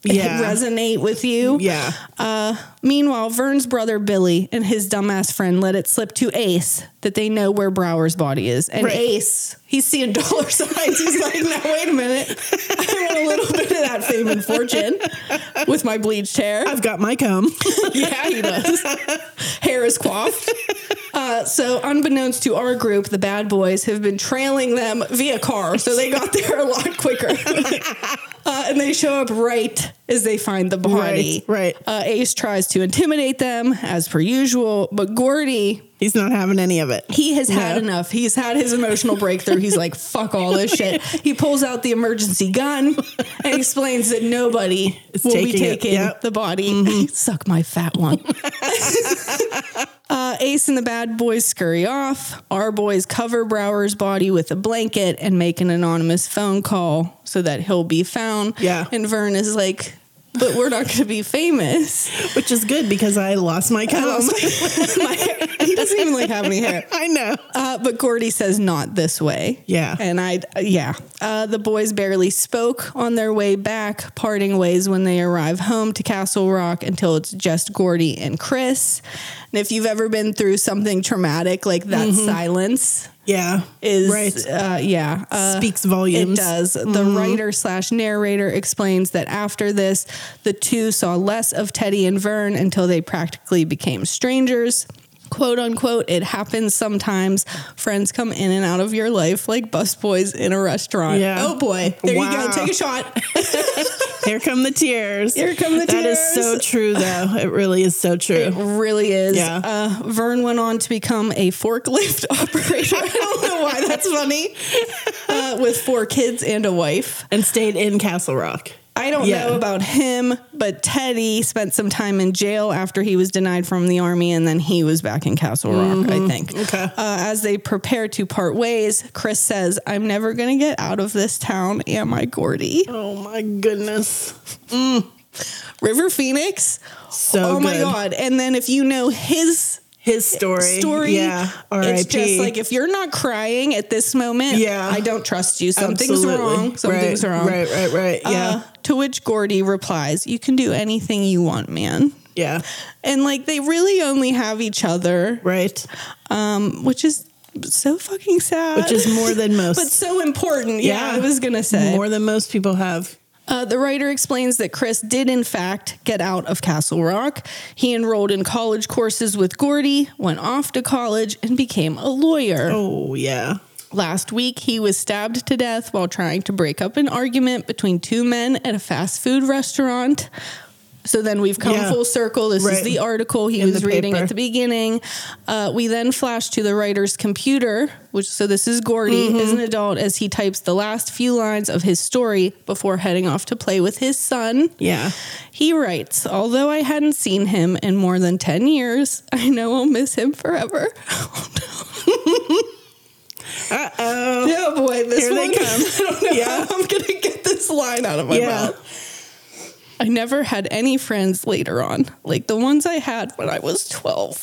B: Yeah.
A: resonate with you.
B: Yeah.
A: Uh, meanwhile, Vern's brother Billy and his dumbass friend let it slip to Ace that they know where Brower's body is. And
B: Right.
A: Ace, he's seeing dollar signs. He's like, now, wait a minute. I want a little bit of that fame and fortune with my bleached hair.
B: I've got my comb.
A: yeah, he does. hair is coiffed. Uh, so, unbeknownst to our group, the bad boys have been trailing them via car. So, they got there a lot quicker. Uh, and they show up right as they find the body.
B: Right, right.
A: Uh, Ace tries to intimidate them as per usual, but Gordy,
B: He's not having any of it.
A: he has had
B: Yeah.
A: enough. He's had his emotional breakthrough. He's like, fuck all this shit. He pulls out the emergency gun and explains that nobody will be
B: taking it.
A: taking
B: Yep. Mm-hmm.
A: the body. Suck my fat one. Uh, Ace and the bad boys scurry off. Our boys cover Brower's body with a blanket and make an anonymous phone call so that he'll be found.
B: Yeah.
A: And Vern is like, but we're not going to be famous.
B: Which is good because I lost my comb.
A: My- he doesn't even like have any hair.
B: I know.
A: Uh, but Gordy says not this way.
B: Yeah.
A: And I, yeah. Uh, the boys barely spoke on their way back, parting ways when they arrive home to Castle Rock until it's just Gordy and Chris. And if you've ever been through something traumatic like that silence
B: Yeah.
A: is
B: Mm-hmm. Right.
A: uh, yeah uh,
B: Speaks volumes.
A: It does. The
B: Mm-hmm.
A: writer slash narrator explains that after this, the two saw less of Teddy and Vern until they practically became strangers. "Quote unquote," it happens sometimes. Friends come in and out of your life like busboys in a restaurant.
B: Yeah.
A: Oh boy, there you
B: Wow.
A: go. Take a shot.
B: Here come the tears.
A: Here come the
B: That is so
A: tears.
B: true, though. It really is so true.
A: really is.
B: Yeah.
A: Uh, Vern went on to become a forklift operator. I don't know why that's funny. Uh, with four kids and a wife.
B: And stayed in Castle Rock.
A: I don't
B: Yeah.
A: know about him, but Teddy spent some time in jail after he was denied from the army, and then he was back in Castle Rock, I think.
B: Mm-hmm. Okay.
A: Uh, as they prepare to part ways, Chris says, I'm never going to get out of this town, am I, Gordy?
B: Oh my goodness.
A: River Phoenix.
B: So
A: oh my
B: good.
A: God. And then if you know his
B: His story.
A: story,
B: Yeah.
A: it's
B: R.I.P.
A: just like if you're not crying at this moment,
B: Yeah.
A: I don't trust you. Something's
B: Absolutely.
A: wrong. Something's
B: right,
A: wrong.
B: Right, right, right. Yeah.
A: Uh, to which Gordy replies, You can do anything you want, man.
B: yeah.
A: And like they really only have each other,
B: Right.
A: um, which is so fucking sad.
B: Which is more than most.
A: but so important. Yeah, I
B: Yeah.
A: was gonna say.
B: more than most people have.
A: Uh, the writer explains that Chris did, in fact, get out of Castle Rock. He enrolled in college courses with Gordy, went off to college, and became a lawyer.
B: Oh yeah.
A: Last week, he was stabbed to death while trying to break up an argument between two men at a fast food restaurant. So then we've come
B: Yeah.
A: full circle. This
B: Right.
A: is the article he
B: In
A: was
B: the
A: reading
B: paper.
A: at the beginning. Uh, we then flash to the writer's computer, which so this is Gordy
B: Mm-hmm.
A: as an adult as he types the last few lines of his story before heading off to play with his son.
B: Yeah.
A: He writes, although I hadn't seen him in more than 10 years, I know I'll miss him forever.
B: Uh oh.
A: Oh boy, this
B: Here they
A: one.
B: come.
A: I don't know
B: Yeah.
A: how I'm gonna get this line out of my
B: Yeah.
A: mouth. I never had any friends later on, like the ones I had when I was 12.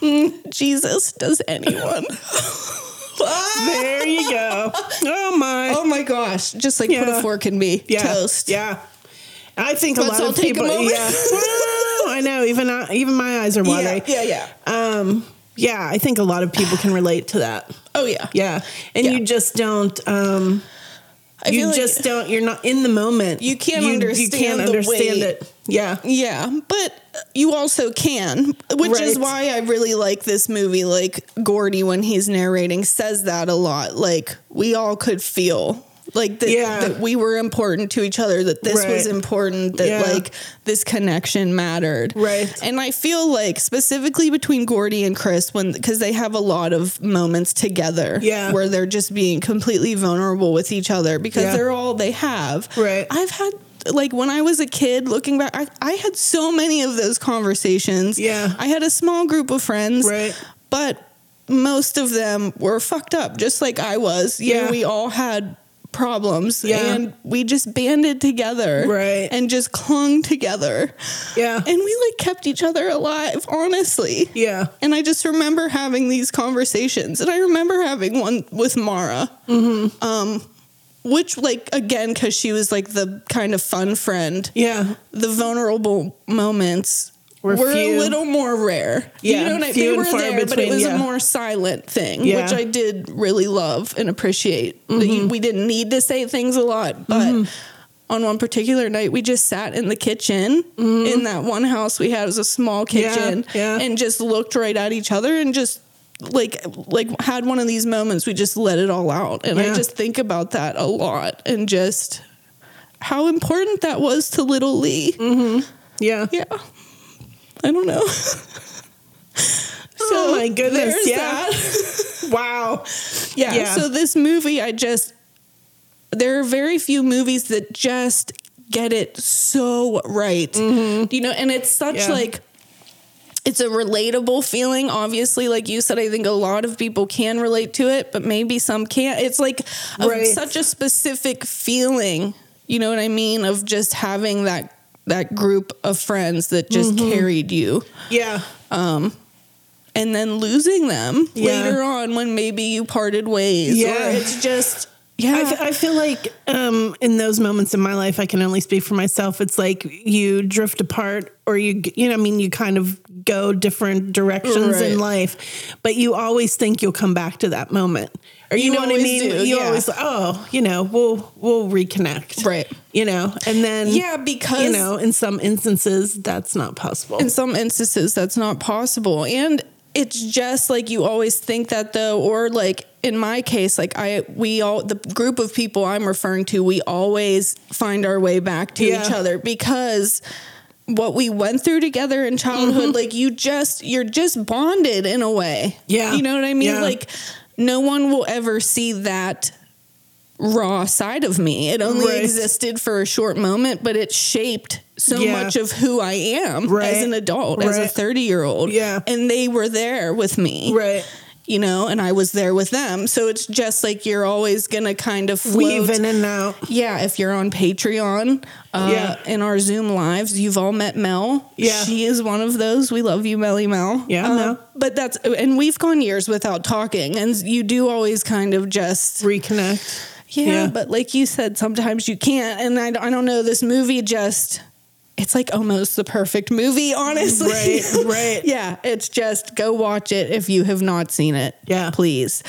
A: Mm, Jesus, does anyone? Ah!
B: There you go. Oh my.
A: oh my gosh, just like put
B: Yeah.
A: a fork in me.
B: yeah.
A: Toast.
B: Yeah. I think a
A: Let's
B: lot
A: all
B: of
A: take a
B: people.
A: moment.
B: Yeah. I know. Even I, even my eyes are
A: yeah,
B: watering.
A: yeah, yeah.
B: Um. Yeah. I think a lot of people can relate to that.
A: Oh yeah.
B: Yeah. And
A: Yeah.
B: you just don't. Um.
A: I
B: you
A: feel like-
B: just don't. You're not in the moment.
A: You can't understand
B: You can't
A: the
B: understand
A: weight.
B: it. Yeah.
A: Yeah, but you also can, which is
B: Right.
A: why I really like this movie. Like Gordy, when he's narrating, says that a lot. Like we all could feel like that,
B: Yeah.
A: that we were important to each other, that this was
B: Right.
A: important, that
B: Yeah.
A: like this connection mattered.
B: Right.
A: And I feel like specifically between Gordy and Chris, when because they have a lot of moments together,
B: Yeah.
A: where they're just being completely vulnerable with each other because
B: Yeah.
A: they're all they have.
B: Right.
A: I've had like when I was a kid looking back, I, I had so many of those conversations.
B: Yeah.
A: I had a small group of friends.
B: Right.
A: But most of them were fucked up, just like I was. You know,
B: Yeah.
A: we all had problems
B: Yeah.
A: and we just banded together.
B: Right.
A: And just clung together.
B: Yeah.
A: And we like kept each other alive, honestly.
B: yeah.
A: And I just remember having these conversations, and I remember having one with Mara, um,
B: Mm-hmm.
A: which, like, again, because she was like the kind of fun friend,
B: Yeah.
A: the vulnerable moments
B: Were
A: were,
B: few.
A: a little more rare.
B: Yeah,
A: you know, what I,
B: few
A: they
B: and
A: were
B: far
A: there, but it
B: between,
A: was
B: yeah.
A: a more silent thing,
B: Yeah. Mm-hmm.
A: which I did really love and appreciate. That you, we didn't need to say things a lot, but. On one particular night, we just sat in the kitchen in that one house we had. It was a small
B: Mm-hmm. Yeah,
A: kitchen,
B: yeah.
A: and just looked right at each other and just like like had one of these moments. We just let it all out, and
B: Yeah.
A: I just think about that a lot, and just how important that was to little Lee.
B: Mm-hmm. Yeah.
A: Yeah. I don't know.
B: Oh my goodness,
A: there's
B: yeah.
A: that.
B: Wow.
A: yeah.
B: Yeah.
A: So this movie, I just, there are very few movies that just get it so right. You know, and it's such
B: Mm-hmm. Yeah.
A: like, it's a relatable feeling. Obviously, like you said, I think a lot of people can relate to it, but maybe some can't. It's like a,
B: Right.
A: such a specific feeling. You know what I mean? Of just having that that group of friends that just
B: Mm-hmm.
A: carried you
B: Yeah.
A: and then losing them
B: Yeah.
A: later on when maybe you parted ways.
B: Yeah.
A: Or it's just, yeah.
B: I, f- I feel like um, in those moments in my life, I can only speak for myself. It's like you drift apart, or you, g- you know, I mean, you kind of go different directions
A: Right.
B: in life, but you always think you'll come back to that moment. Or you,
A: You
B: know what I
A: always
B: mean?
A: do,
B: you
A: yeah.
B: always oh, you know, we'll we'll reconnect.
A: Right.
B: You know, and then
A: Yeah, because
B: you know, in some instances that's not possible.
A: in some instances that's not possible and it's just like you always think that though or like in my case like i we all the group of people i'm referring to we always find our way back to
B: Yeah.
A: each other because what we went through together in
B: Mm-hmm.
A: childhood like you just you're just bonded in a way
B: Yeah.
A: you know what i mean
B: Yeah.
A: like no one will ever see that raw side of me it only
B: Right.
A: existed for a short moment but it shaped so
B: Yeah.
A: much of who i am
B: Right.
A: as an adult, as a
B: Right.
A: 30 year old.
B: Yeah.
A: And they were there with me.
B: right.
A: You know, and I was there with them. So it's just like you're always going to kind of float.
B: Weave in and out.
A: yeah, if you're on Patreon, uh,
B: Yeah.
A: in our Zoom lives, you've all met Mel.
B: Yeah.
A: She is one of those. We love you, Melly Mel.
B: Yeah, I
A: Uh,
B: know.
A: But that's, and we've gone years without talking. And you do always kind of just
B: Reconnect.
A: yeah,
B: Yeah.
A: but like you said, sometimes you can't. And I, I don't know, this movie just, it's like almost the perfect movie, honestly.
B: Right, right.
A: yeah, it's just go watch it if you have not seen it.
B: Yeah.
A: Please.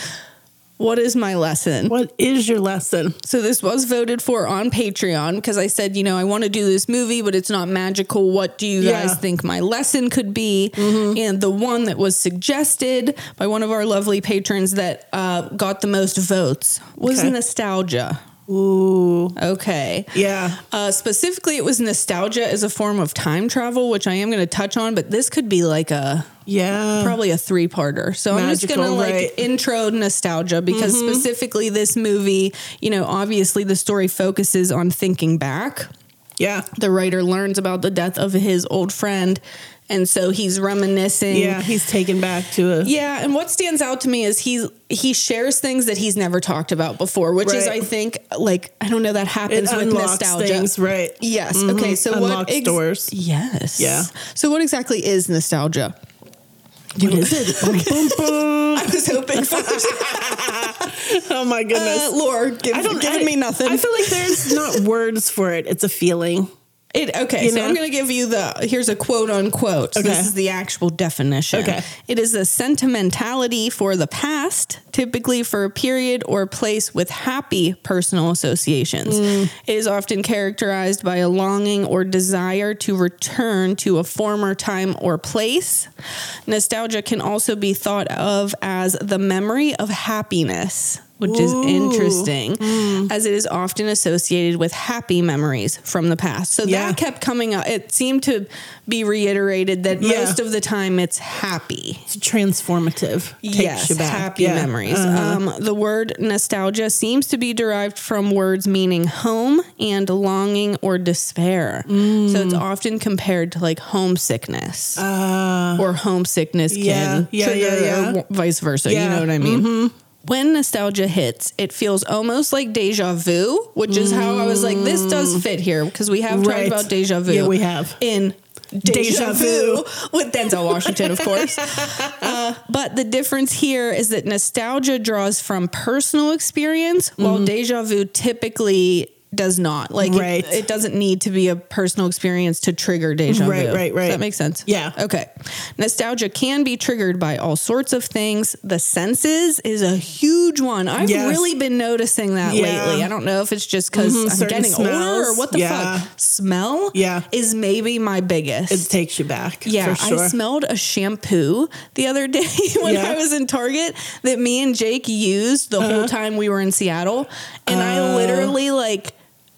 A: What is my lesson?
B: What is your lesson?
A: So this was voted for on Patreon because I said, you know, I want to do this movie, but it's not magical. What do you
B: Yeah. Mm-hmm.
A: guys think my lesson could be? And the one that was suggested by one of our lovely patrons that uh, got the most votes was
B: Okay.
A: nostalgia.
B: Ooh.
A: Okay.
B: Yeah.
A: Uh, specifically, it was nostalgia as a form of time travel, which I am going to touch on, but this could be like a
B: Yeah.
A: probably a three parter. So I'm just going to
B: Magical,
A: like
B: right. Mm-hmm.
A: intro nostalgia because specifically this movie, you know, obviously the story focuses on thinking back.
B: Yeah.
A: The writer learns about the death of his old friend, and so he's reminiscing.
B: Yeah. He's taken back to a
A: Yeah, and what stands out to me is he he shares things that he's never talked about before, which is
B: Right.
A: I think like I don't know that happens with nostalgia.
B: things, right? Mm-hmm.
A: Yes. Okay. So what
B: Unlocks
A: ex-
B: doors.
A: Yes.
B: Yeah.
A: So what exactly is nostalgia?
B: What is it? Boom, boom, boom.
A: I was hoping for
B: Oh my goodness!
A: uh, Lore. Give,
B: I don't.
A: giving
B: I,
A: me nothing.
B: I feel like there's not words for it. It's a feeling.
A: It, okay,
B: You
A: so
B: know?
A: I'm going to give you the here's a quote unquote. So
B: Okay.
A: This is the actual definition.
B: Okay.
A: It is a sentimentality for the past, typically for a period or place with happy personal associations. It is often characterized by a longing or desire to return to a former time or place. Nostalgia can also be thought of as the memory of happiness. Which is interesting, as it is often associated with happy memories from the past. So
B: Yeah.
A: that kept coming up. It seemed to be reiterated that
B: Yeah.
A: most of the time it's happy.
B: It's transformative. Takes
A: yes,
B: you back.
A: happy
B: Yeah.
A: memories. Um, the word nostalgia seems to be derived from words meaning home and longing or despair. So it's often compared to like homesickness
B: Uh,
A: or homesickness
B: Yeah,
A: can
B: yeah,
A: trigger
B: yeah, yeah.
A: or w- vice versa. You
B: Yeah. Mm-hmm.
A: know what I mean? When nostalgia hits, it feels almost like deja vu, which is how I was like, this does fit here because we have
B: Mm. Right.
A: talked about deja vu.
B: Yeah, we have.
A: In Deja,
B: Deja
A: vu.
B: vu.
A: with Denzel Washington, of course. Uh, but the difference here is that nostalgia draws from personal experience, while deja vu typically does not. Like, it-
B: Mm-hmm. Right.
A: it, doesn't need to be a personal experience to trigger deja vu.
B: Right, right, right.
A: Does that make sense?
B: Yeah.
A: Okay. Nostalgia can be triggered by all sorts of things. The senses is a huge one. I've
B: Yes.
A: really been noticing that
B: Yeah.
A: lately. I don't know if it's just because
B: Mhm,
A: I'm
B: certain
A: getting older or
B: smells.
A: what the
B: Yeah.
A: fuck. Smell
B: Yeah.
A: is maybe my biggest.
B: It takes you back.
A: Yeah,
B: for sure.
A: I smelled a shampoo the other day when
B: Yeah. Uh-huh.
A: I was in Target that me and Jake used the whole time we were in Seattle, and I literally like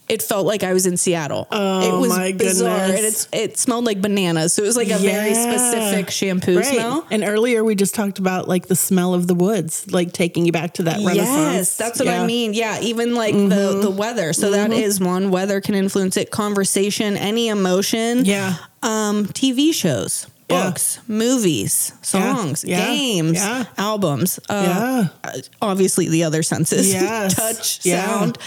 A: it felt like I was in Seattle.
B: Oh,
A: it was
B: my
A: bizarre, and
B: goodness.
A: it's it smelled like bananas. So it was like a very
B: Yeah.
A: specific shampoo
B: Right.
A: smell.
B: And earlier we just talked about like the smell of the woods, like taking you back to that renaissance.
A: Yes, that's what
B: Yeah. Mm-hmm.
A: I mean. Yeah, even like the the weather. So that is one. Weather can influence it. Conversation, any emotion.
B: Yeah.
A: Um, TV shows,
B: Yeah.
A: books, movies,
B: Yeah.
A: songs,
B: Yeah.
A: games,
B: Yeah.
A: albums. Uh, Obviously, the other senses.
B: Yes.
A: Touch,
B: Yeah.
A: sound.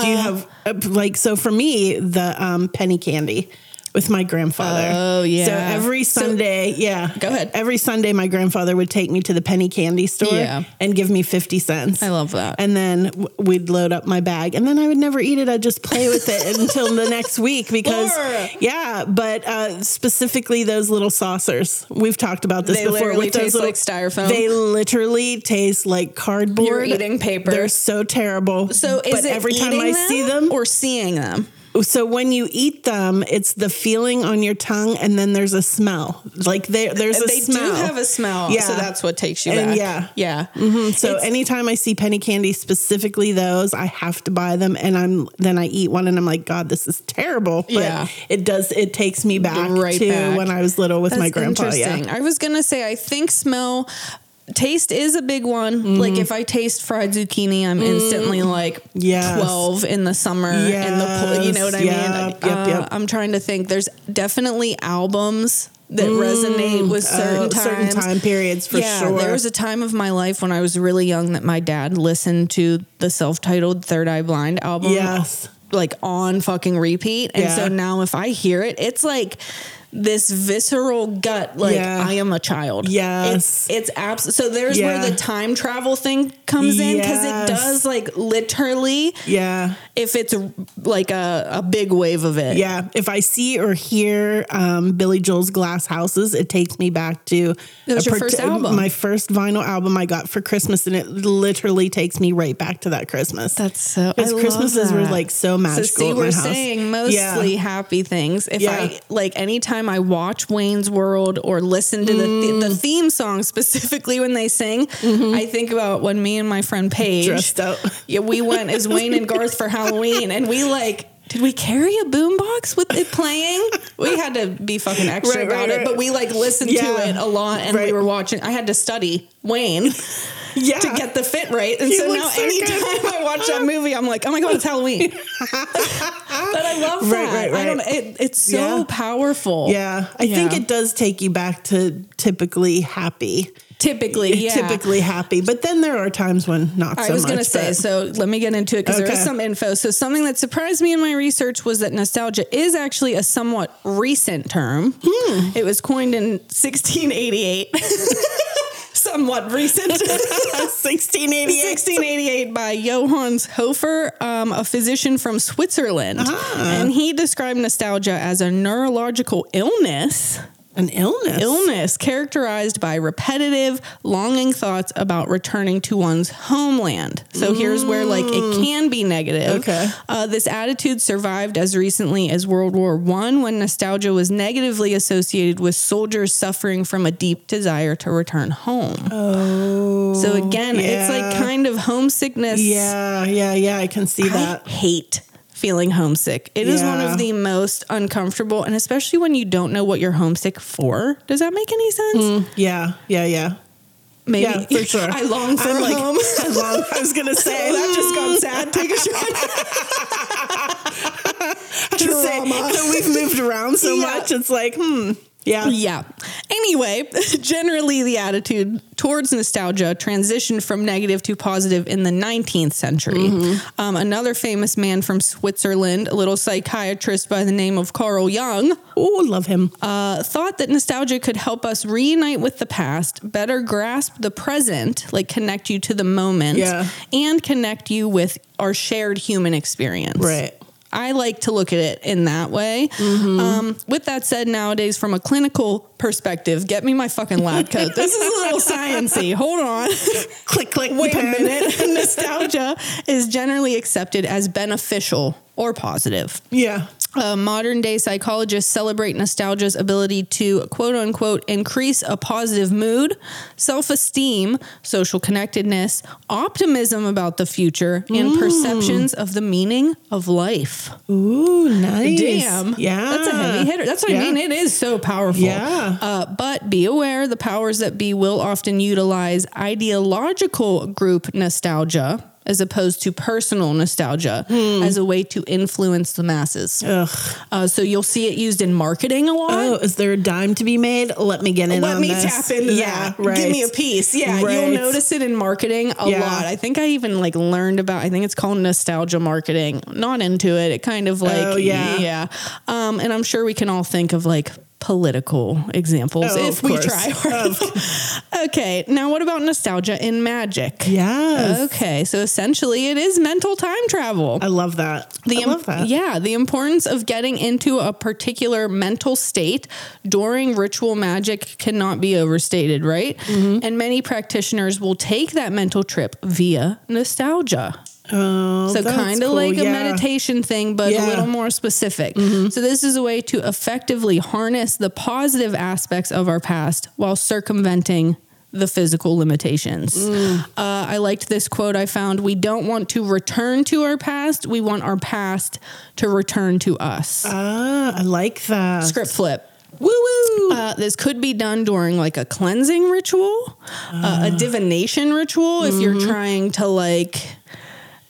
B: Do you have uh, like so for me the um, penny candy with my grandfather.
A: Oh, yeah.
B: So every
A: So-
B: Sunday, yeah.
A: Go ahead.
B: Every Sunday, my grandfather would take me to the penny candy store
A: Yeah.
B: and give me 50 cents.
A: I love that.
B: And then w- we'd load up my bag, and then I would never eat it. I'd just play with it until the next week because,
A: Or-
B: yeah. But uh, specifically those little saucers, we've talked about this
A: They
B: before.
A: literally
B: with those
A: taste like styrofoam.
B: They literally taste like cardboard.
A: You're eating paper.
B: They're so terrible.
A: so is
B: but
A: it
B: every time
A: eating
B: I see them,
A: or seeing them?
B: so when you eat them, it's the feeling on your tongue, and then there's a smell. Like there, there's a
A: They
B: smell.
A: do have a smell,
B: Yeah.
A: so that's what takes you
B: And
A: back.
B: yeah.
A: yeah.
B: Mm-hmm. So anytime I see penny candy, specifically those, I have to buy them, and I'm then I eat one, and I'm like, God, this is terrible. But
A: Yeah.
B: it does. It takes me back
A: Right
B: to
A: back.
B: when I was little with my
A: That's
B: grandpa. Yeah,
A: interesting. I was gonna say, I think smell, taste is a big one. Like
B: Mm-hmm.
A: if I taste fried zucchini, I'm instantly like
B: Mm. Yes.
A: twelve in the summer and the pl- you know what I
B: Yes.
A: mean.
B: Yep, yep,
A: Uh,
B: yep.
A: I'm trying to think. There's definitely albums that resonate with certain
B: Oh,
A: times.
B: certain time periods for
A: yeah,
B: sure.
A: there was a time of my life when I was really young that my dad listened to the self-titled Third Eye Blind album
B: yes.
A: like on fucking repeat. And so
B: Yeah.
A: now if I hear it, it's like this visceral gut, like
B: Yeah.
A: I am a child.
B: Yes.
A: It's, it's abs- so there's
B: Yeah.
A: where the time travel thing comes in because
B: Yes.
A: it does like literally
B: Yeah.
A: if it's like a, a big wave of it.
B: Yeah, if I see or hear um, Billy Joel's Glass Houses, it takes me back to
A: That was
B: a
A: your first album.
B: my first vinyl album I got for Christmas, and it literally takes me right back to that Christmas.
A: That's so I
B: because
A: love
B: Christmases were
A: that.
B: like so magical.
A: So see,
B: at my
A: we're
B: house.
A: saying mostly
B: Yeah.
A: happy things. If
B: Yeah.
A: I like anytime I watch Wayne's World or listen to the
B: Mm.
A: the, the theme song specifically when they sing, I think about when me and my friend Paige
B: Mm-hmm. dressed up.
A: Yeah, we went as Wayne and Garth for Halloween, and we like. Did we carry a boombox with it playing? We had to be fucking extra
B: Right,
A: about
B: right,
A: it,
B: right.
A: but we like listened
B: Yeah.
A: to it a lot, and we
B: Right.
A: were watching. I had to study Wayne
B: Yeah,
A: to get the fit right. And
B: He
A: so
B: looks
A: now,
B: so good.
A: anytime I watch that movie, I'm like, oh my god, it's Halloween. but I love
B: Right,
A: that.
B: right,
A: I don't.
B: right.
A: It, it's so
B: Yeah.
A: powerful.
B: yeah. I think
A: Yeah.
B: it does take you back to typically happy,
A: Typically, yeah.
B: typically happy. But then there are times when not
A: I
B: so
A: was
B: much.
A: going to say,
B: but-
A: so let me get into it because there
B: Okay.
A: is some info. So, something that surprised me in my research was that nostalgia is actually a somewhat recent term. It was coined in 1688. somewhat recent.
B: 1688.
A: 1688 by Johannes Hofer, um, a physician from Switzerland. And he described nostalgia as a neurological illness,
B: An illness.
A: illness characterized by repetitive, longing thoughts about returning to one's homeland. So here's where like it can be negative.
B: Mm. Okay.
A: Uh, this attitude survived as recently as World War One, when nostalgia was negatively associated with soldiers suffering from a deep desire to return home.
B: Oh.
A: So again, it's like
B: yeah.
A: kind of homesickness.
B: Yeah, yeah, yeah. I can see
A: I
B: that.
A: hate feeling homesick. It is one
B: Yeah.
A: of the most uncomfortable, and especially when you don't know what you're homesick for. Does that make any sense?
B: Yeah, yeah, yeah.
A: Maybe
B: Yeah, for sure.
A: I long for
B: I'm
A: like,
B: like-
A: home.
B: I, love, I was gonna say
A: Oh, that just got sad. Take a shot.
B: just say,
A: drama.
B: that we've moved around so
A: Yeah.
B: much. It's like, hmm, yeah,
A: yeah. Anyway, generally the attitude towards nostalgia transitioned from negative to positive in the 19th century.
B: Mm-hmm.
A: Um, another famous man from Switzerland, a little psychiatrist by the name of Carl Jung,
B: oh, love him.
A: uh, thought that nostalgia could help us reunite with the past, better grasp the present, like connect you to the moment,
B: Yeah.
A: and connect you with our shared human experience.
B: Right. Mm-hmm.
A: I like to look at it in that way. Um, with that said, nowadays, from a clinical perspective, get me my fucking lab coat. This is a little sciency. Hold on.
B: click, click.
A: Wait a
B: pen.
A: minute. nostalgia is generally accepted as beneficial or positive.
B: Yeah,
A: Uh, modern day psychologists celebrate nostalgia's ability to quote unquote increase a positive mood, self esteem, social connectedness, optimism about the future, and perceptions of the meaning of life.
B: ooh, nice.
A: Damn.
B: yeah,
A: That's a heavy hitter. That's what
B: Yeah.
A: I mean. It is so powerful.
B: Yeah.
A: Uh, but be aware the powers that be will often utilize ideological group nostalgia. as opposed to personal nostalgia
B: Hmm.
A: as a way to influence the masses. Uh, so you'll see it used in marketing a lot.
B: Oh, is there a dime to be made? Let me get in.
A: Let
B: on
A: me
B: this.
A: tap into
B: yeah,
A: that.
B: Right.
A: Give me a piece. Yeah,
B: Right.
A: you'll notice it in marketing a
B: Yeah.
A: lot. I think I even like learned about. I think it's called nostalgia marketing. Not into it. It kind of like
B: Oh, yeah.
A: yeah, Um, and I'm sure we can all think of like political examples
B: Oh,
A: if
B: of
A: we
B: course.
A: try hard. okay, now what about nostalgia in magic?
B: Yes.
A: Okay, so essentially, it is mental time travel.
B: I love that. I
A: im-
B: love that.
A: Yeah, the importance of getting into a particular mental state during ritual magic cannot be overstated, right?
B: Mm-hmm.
A: And many practitioners will take that mental trip via nostalgia.
B: Oh,
A: So
B: that's
A: kind of
B: cool.
A: like a
B: Yeah.
A: meditation thing, but
B: Yeah. Mm-hmm.
A: a little more specific. So this is a way to effectively harness the positive aspects of our past while circumventing the physical limitations.
B: Mm.
A: Uh, I liked this quote I found. We don't want to return to our past. We want our past to return to us.
B: Ah, I like that.
A: Script flip.
B: Woo woo.
A: Uh, this could be done during like a cleansing ritual,
B: Ah.
A: uh, a divination ritual, if you're
B: Mm-hmm.
A: trying to like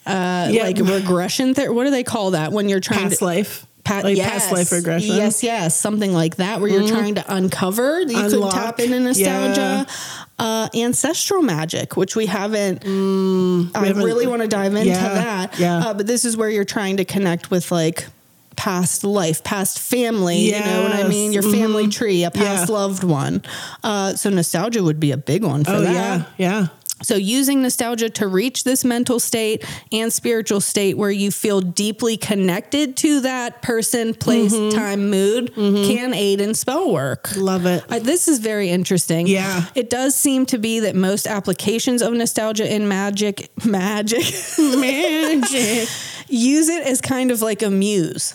B: yeah,
A: like regression therapy. What do they call that when you're trying
B: Uh, past
A: to
B: life.
A: pa-
B: like
A: yes.
B: past life regression. Mm-hmm.
A: Yes, yes, something like that, where you're trying to uncover. You
B: Unlock.
A: could tap into nostalgia, uh, ancestral magic, which we haven't. I
B: Mm, haven't-
A: really want to dive into
B: Yeah,
A: that.
B: yeah.
A: Uh, but this is where you're trying to connect with like past life, past family. You know what I mean? Your
B: Yes, Mm-hmm.
A: family tree, a past
B: Yeah.
A: loved one. Uh, so nostalgia would be a big one for
B: Oh
A: that.
B: yeah. Yeah.
A: So, using nostalgia to reach this mental state and spiritual state where you feel deeply connected to that person, place,
B: Mm-hmm.
A: time, mood can aid in spell work.
B: Love it.
A: Uh, this is very interesting.
B: Yeah.
A: It does seem to be that most applications of nostalgia in magic, magic,
B: Magic.
A: use it as kind of like a muse.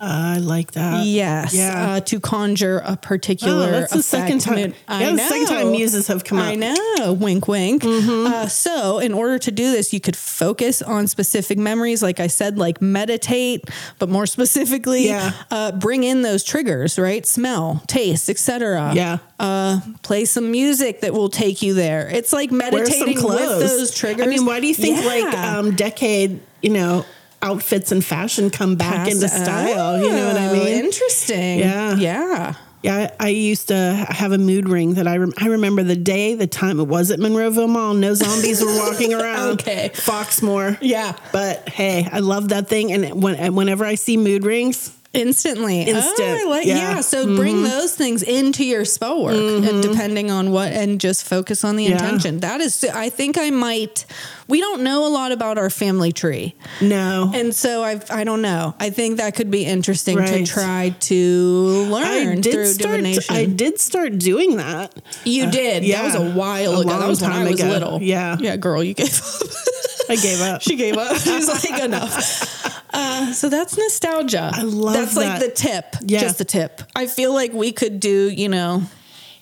B: Ah, I like that.
A: Yes.
B: Yeah.
A: Uh, to conjure a
B: Oh,
A: particular.
B: that's the second
A: effect.
B: time.
A: I
B: yeah, the second
A: know.
B: time muses have come Mm-hmm.
A: I
B: out.
A: know. Wink, wink. Uh, so, in order to do this, you could focus on specific memories, like I said, like meditate, but more specifically,
B: Yeah.
A: uh, bring in those triggers, right? Smell, taste, etc.
B: Yeah.
A: Uh, play some music that will take you there. It's like
B: Wear some
A: meditating with
B: clothes.
A: those triggers.
B: I mean, why do you think
A: Yeah.
B: like um, decade? You know, outfits and fashion come back
A: Pass-
B: into style. You know what I
A: Oh,
B: mean?
A: Interesting.
B: Yeah.
A: Yeah.
B: Yeah, I I used to have a mood ring that I rem- I remember the day, the time it was at Monroeville Mall. No zombies were walking around.
A: Okay.
B: Foxmore.
A: Yeah.
B: but hey, I love that thing, and when, and whenever I see mood rings,
A: Instantly.
B: Instant.
A: Oh, I like,
B: Yeah. Mm-hmm.
A: yeah. So bring those things into your spell work and depending on what, and just focus on the
B: Yeah.
A: intention. That is, I think I might, we don't know a lot about our family tree.
B: no,
A: And so I've, I don't know. I think that could be interesting
B: Right.
A: to try to
B: I
A: learn through
B: did start.
A: divination.
B: I did start doing that.
A: you did.
B: yeah.
A: That was a while
B: A
A: ago.
B: long
A: That was when
B: time
A: I was
B: ago.
A: little.
B: Yeah.
A: Yeah, girl, you gave up.
B: I gave up.
A: she gave up. She was like, enough. Uh, so that's nostalgia. I
B: love
A: That's like
B: that.
A: the tip.
B: Yeah.
A: Just the tip. I feel like we could do, you know,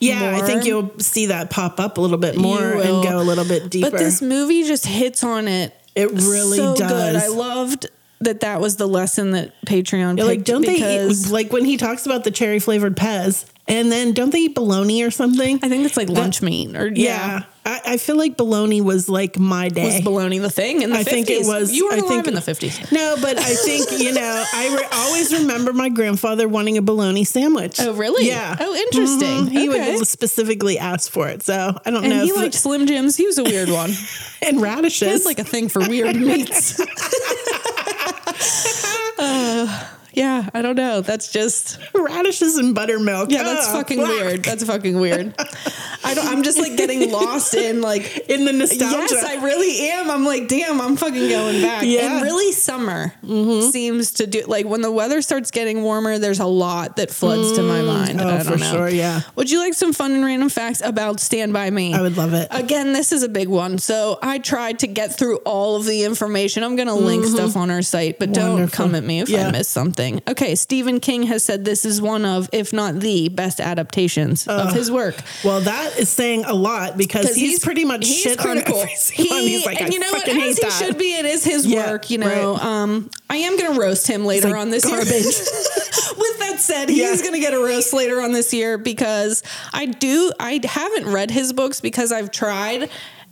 B: yeah, I think
A: more.
B: you'll see that pop up a little bit more
A: You
B: and
A: will.
B: go a little bit deeper.
A: but this movie just hits on it.
B: it really
A: so
B: does.
A: good. I loved that that was the lesson that Patreon
B: Yeah,
A: picked
B: like don't they
A: because
B: eat, like when he talks about the cherry flavored Pez, and then don't they eat bologna or something?
A: I think it's like lunch meat or yeah.
B: yeah, I, I feel like bologna was like my
A: Was
B: day.
A: baloney the thing in the
B: I
A: 50s?
B: think it was-
A: You weren't
B: I
A: alive
B: think-
A: in the 50s.
B: no, but I think you know I re- always remember my grandfather wanting a bologna sandwich.
A: Oh, really?
B: Yeah.
A: Oh, interesting.
B: Mhm. He
A: Okay.
B: would specifically ask for it, so I don't
A: And
B: know.
A: he
B: if-
A: liked Slim Jims. He was a weird one.
B: and
A: He
B: radishes.
A: had like a thing for weird meats. Uh, yeah, I don't know. That's just
B: radishes and buttermilk. Ah,
A: yeah. That's
B: Ugh,
A: fucking
B: whack.
A: weird. That's fucking weird. I don't. I'm just like getting lost in like
B: In the nostalgia.
A: Yes, I really am. I'm like, damn, I'm fucking going back.
B: Yeah.
A: And really, summer seems to do like when the weather starts getting warmer. There's a lot that floods to my mind.
B: Oh,
A: I don't
B: for
A: know.
B: sure, yeah.
A: Would you like some fun and random facts about Stand by Me?
B: I would love it.
A: Again, this is a big one. So I tried to get through all of the information. I'm going to link stuff on our site, but don't
B: Mm-hmm. Wonderful.
A: come at me if
B: Yeah.
A: I miss something. Okay, Stephen King has said this is one of, if not the best adaptations of his work.
B: Well, that is saying a lot because he's, pretty much shit on every single one.
A: He-
B: He's like,
A: and
B: I
A: you know what?
B: fucking
A: As
B: hate
A: he
B: that.
A: should be, it is his
B: Yeah,
A: work. You know,
B: right.
A: um, I am going to roast him later
B: like
A: on this
B: garbage.
A: year. With that said, he
B: Yeah.
A: is going to get a roast later on this year because I do. I haven't read his books because I've tried.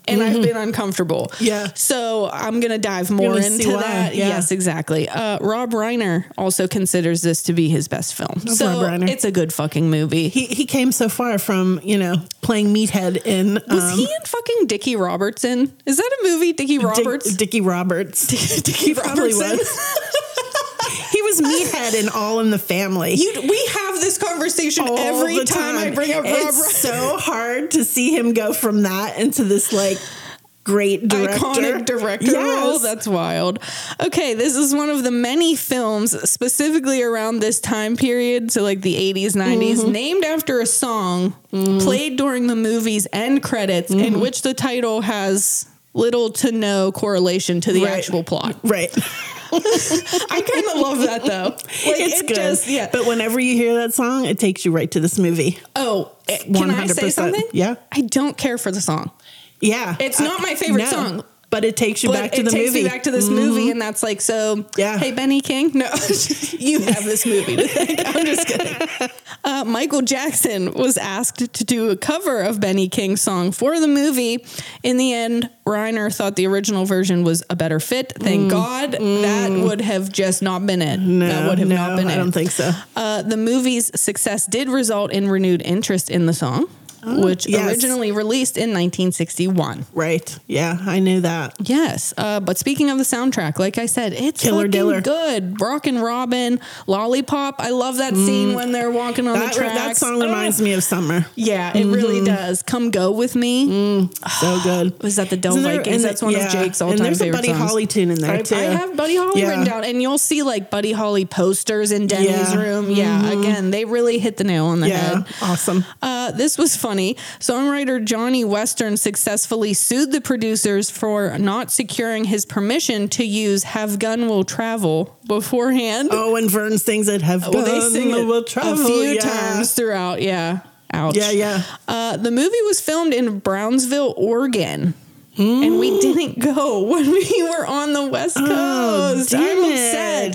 A: and I've been uncomfortable.
B: Mm-hmm. Yeah.
A: So I'm going to dive more
B: gonna see
A: into
B: why,
A: that.
B: yeah.
A: Yes, exactly. Uh, Rob Reiner also considers this to be his best film. so
B: Rob Reiner.
A: it's a good fucking movie.
B: He, he came so far from, you know, playing Meathead in um,
A: was he in fucking Dickie Robertson? Is that a movie, Dickie
B: Dick-
A: Roberts?
B: Dickie Roberts.
A: Dickie
B: probably
A: Robertson.
B: he was Meathead in All in the Family.
A: You, we have this conversation
B: all
A: every
B: the
A: time, I bring up Rob
B: it's
A: Reiner.
B: so hard to see him go from that into this like great director.
A: iconic director
B: Yes.
A: role. That's wild. Okay, this is one of the many films specifically around this time period, so like the 80s, 90s,
B: Mm-hmm.
A: named after a song played during the movie's end credits,
B: Mm-hmm.
A: in which the title has little to no correlation to the
B: Right.
A: actual plot.
B: Right,
A: I kind of love that though. Like,
B: it's
A: it
B: good.
A: just- yeah.
B: But whenever you hear that song, it takes you right to this movie.
A: oh, eh, can I say
B: 100%.
A: something?
B: Yeah.
A: I don't care for the song.
B: Yeah,
A: It's not my favorite
B: no,
A: song.
B: but it takes you
A: But
B: back to
A: it
B: the
A: takes
B: movie. Mm-hmm.
A: me back to this movie, and that's like so.
B: Yeah.
A: Hey, Benny King. No, you have this movie. To thank. I'm just kidding. Uh, Michael Jackson was asked to do a cover of Benny King's song for the movie. In the end, Reiner thought the original version was a better fit. Thank God. That would have just not been it.
B: Mm. no,
A: that would have
B: no,
A: not been
B: I
A: it.
B: don't think so.
A: Uh, the movie's success did result in renewed interest in the song, which
B: Oh, yes.
A: originally released in 1961.
B: Right? Yeah, I knew that.
A: Yes, uh, but speaking of the soundtrack, like I said, it's
B: Killer
A: fucking
B: Diller.
A: good. Rock and Robin, Lollipop. I love that scene when they're walking on
B: Mm. That,
A: the tracks.
B: that song reminds Mm-hmm.
A: Ugh.
B: me of summer.
A: Yeah, it really does. Come go with me.
B: So good.
A: Was that the Del
B: Mm. Isn't there-
A: Vikings?
B: and
A: That's one
B: yeah,
A: of Jake's all
B: And
A: time
B: there's a
A: favorite
B: Buddy
A: songs.
B: Holly tune in there
A: I,
B: too.
A: I have Buddy Holly
B: Yeah.
A: written down, and you'll see like Buddy Holly posters in Denny's
B: Yeah. Mm-hmm.
A: room. Yeah, again, they really hit the nail on the
B: Yeah,
A: head.
B: awesome.
A: Uh, this was funny. Songwriter Johnny Western successfully sued the producers for not securing his permission to use Have Gun Will Travel beforehand.
B: Oh, and Vern sings it. Have
A: well,
B: gone,
A: they sing it
B: will
A: a few
B: yeah.
A: times throughout. Yeah. Ouch.
B: Yeah, yeah.
A: Uh, the movie was filmed in Brownsville, Oregon. And
B: Hmm.
A: we didn't go when we were on the West Coast.
B: Oh, damn
A: I'm
B: it.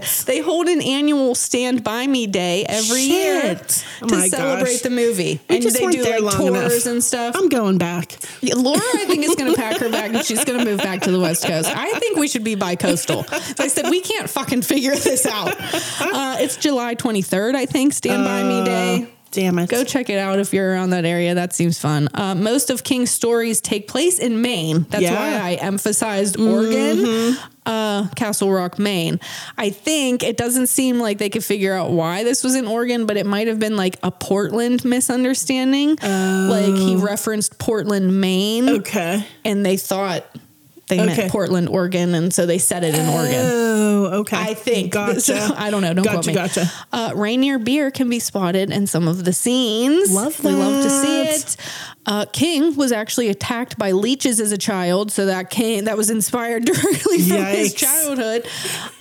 A: upset. They hold an annual Stand By Me Day every year
B: Shit. Oh
A: to
B: my
A: celebrate
B: gosh.
A: the movie.
B: We
A: and
B: just
A: they
B: weren't
A: do
B: there
A: like
B: long enough.
A: tours and stuff.
B: I'm going back.
A: Yeah, Laura, I think, is going to pack her bag and she's going to move back to the West Coast. I think we should be bi coastal. I said, we can't fucking figure this out. Uh, it's July 23rd, I think, Stand By
B: Uh,
A: Me Day.
B: Damn it.
A: Go check it out if you're around that area. That seems fun. Uh, most of King's stories take place in Maine. That's
B: Yeah. Mm-hmm.
A: why I emphasized Oregon, uh, Castle Rock, Maine. I think it doesn't seem like they could figure out why this was in Oregon, but it might have been like a Portland misunderstanding. Like he referenced Portland, Maine,
B: Oh. okay.
A: and they thought they
B: Okay.
A: meant Portland, Oregon, and so they said it in Oregon.
B: Oh, okay.
A: I think.
B: Gotcha.
A: So, I don't know. Don't
B: gotcha,
A: quote me.
B: Gotcha.
A: Uh, Rainier beer can be spotted in some of the scenes.
B: Love
A: We love to see
B: that.
A: it. Uh, King was actually attacked by leeches as a child, so that came that was inspired directly from his
B: Yikes.
A: childhood.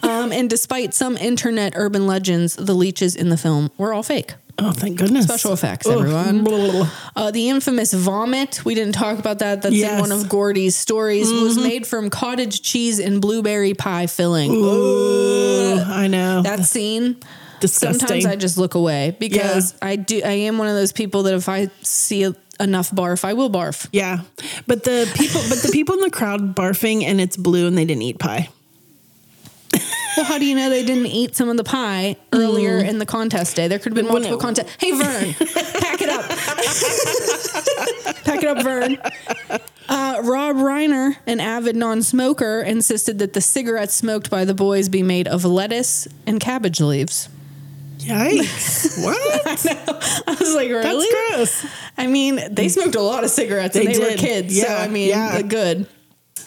A: Um, and despite some internet urban legends, the leeches in the film were all fake.
B: Oh, thank goodness.
A: Special effects,
B: Oh,
A: everyone.
B: blah, blah, blah.
A: Uh, the infamous vomit, we didn't talk about that. That's in
B: Yes. Mm-hmm.
A: one of Gordy's stories, was made from cottage cheese and blueberry pie filling.
B: Oh, I know.
A: That scene.
B: disgusting.
A: sometimes I just look away because I do. I am one of those people that if I see enough barf, I will barf.
B: yeah, but the people, but the people in the crowd barfing, and it's blue, and they didn't eat pie.
A: Well, how do you know they didn't eat some of the pie earlier in the contest day? There could have been multiple
B: it-
A: contests. Hey, Vern, pack it up. pack it up, Vern. Uh, Rob Reiner, an avid non smoker, insisted that the cigarettes smoked by the boys be made of lettuce and cabbage leaves.
B: Yikes! what?
A: I was like, really?
B: That's gross.
A: I mean, they smoked a lot of cigarettes and
B: Mm. They
A: they were
B: did.
A: kids. so,
B: Yeah,
A: I mean,
B: yeah.
A: the good.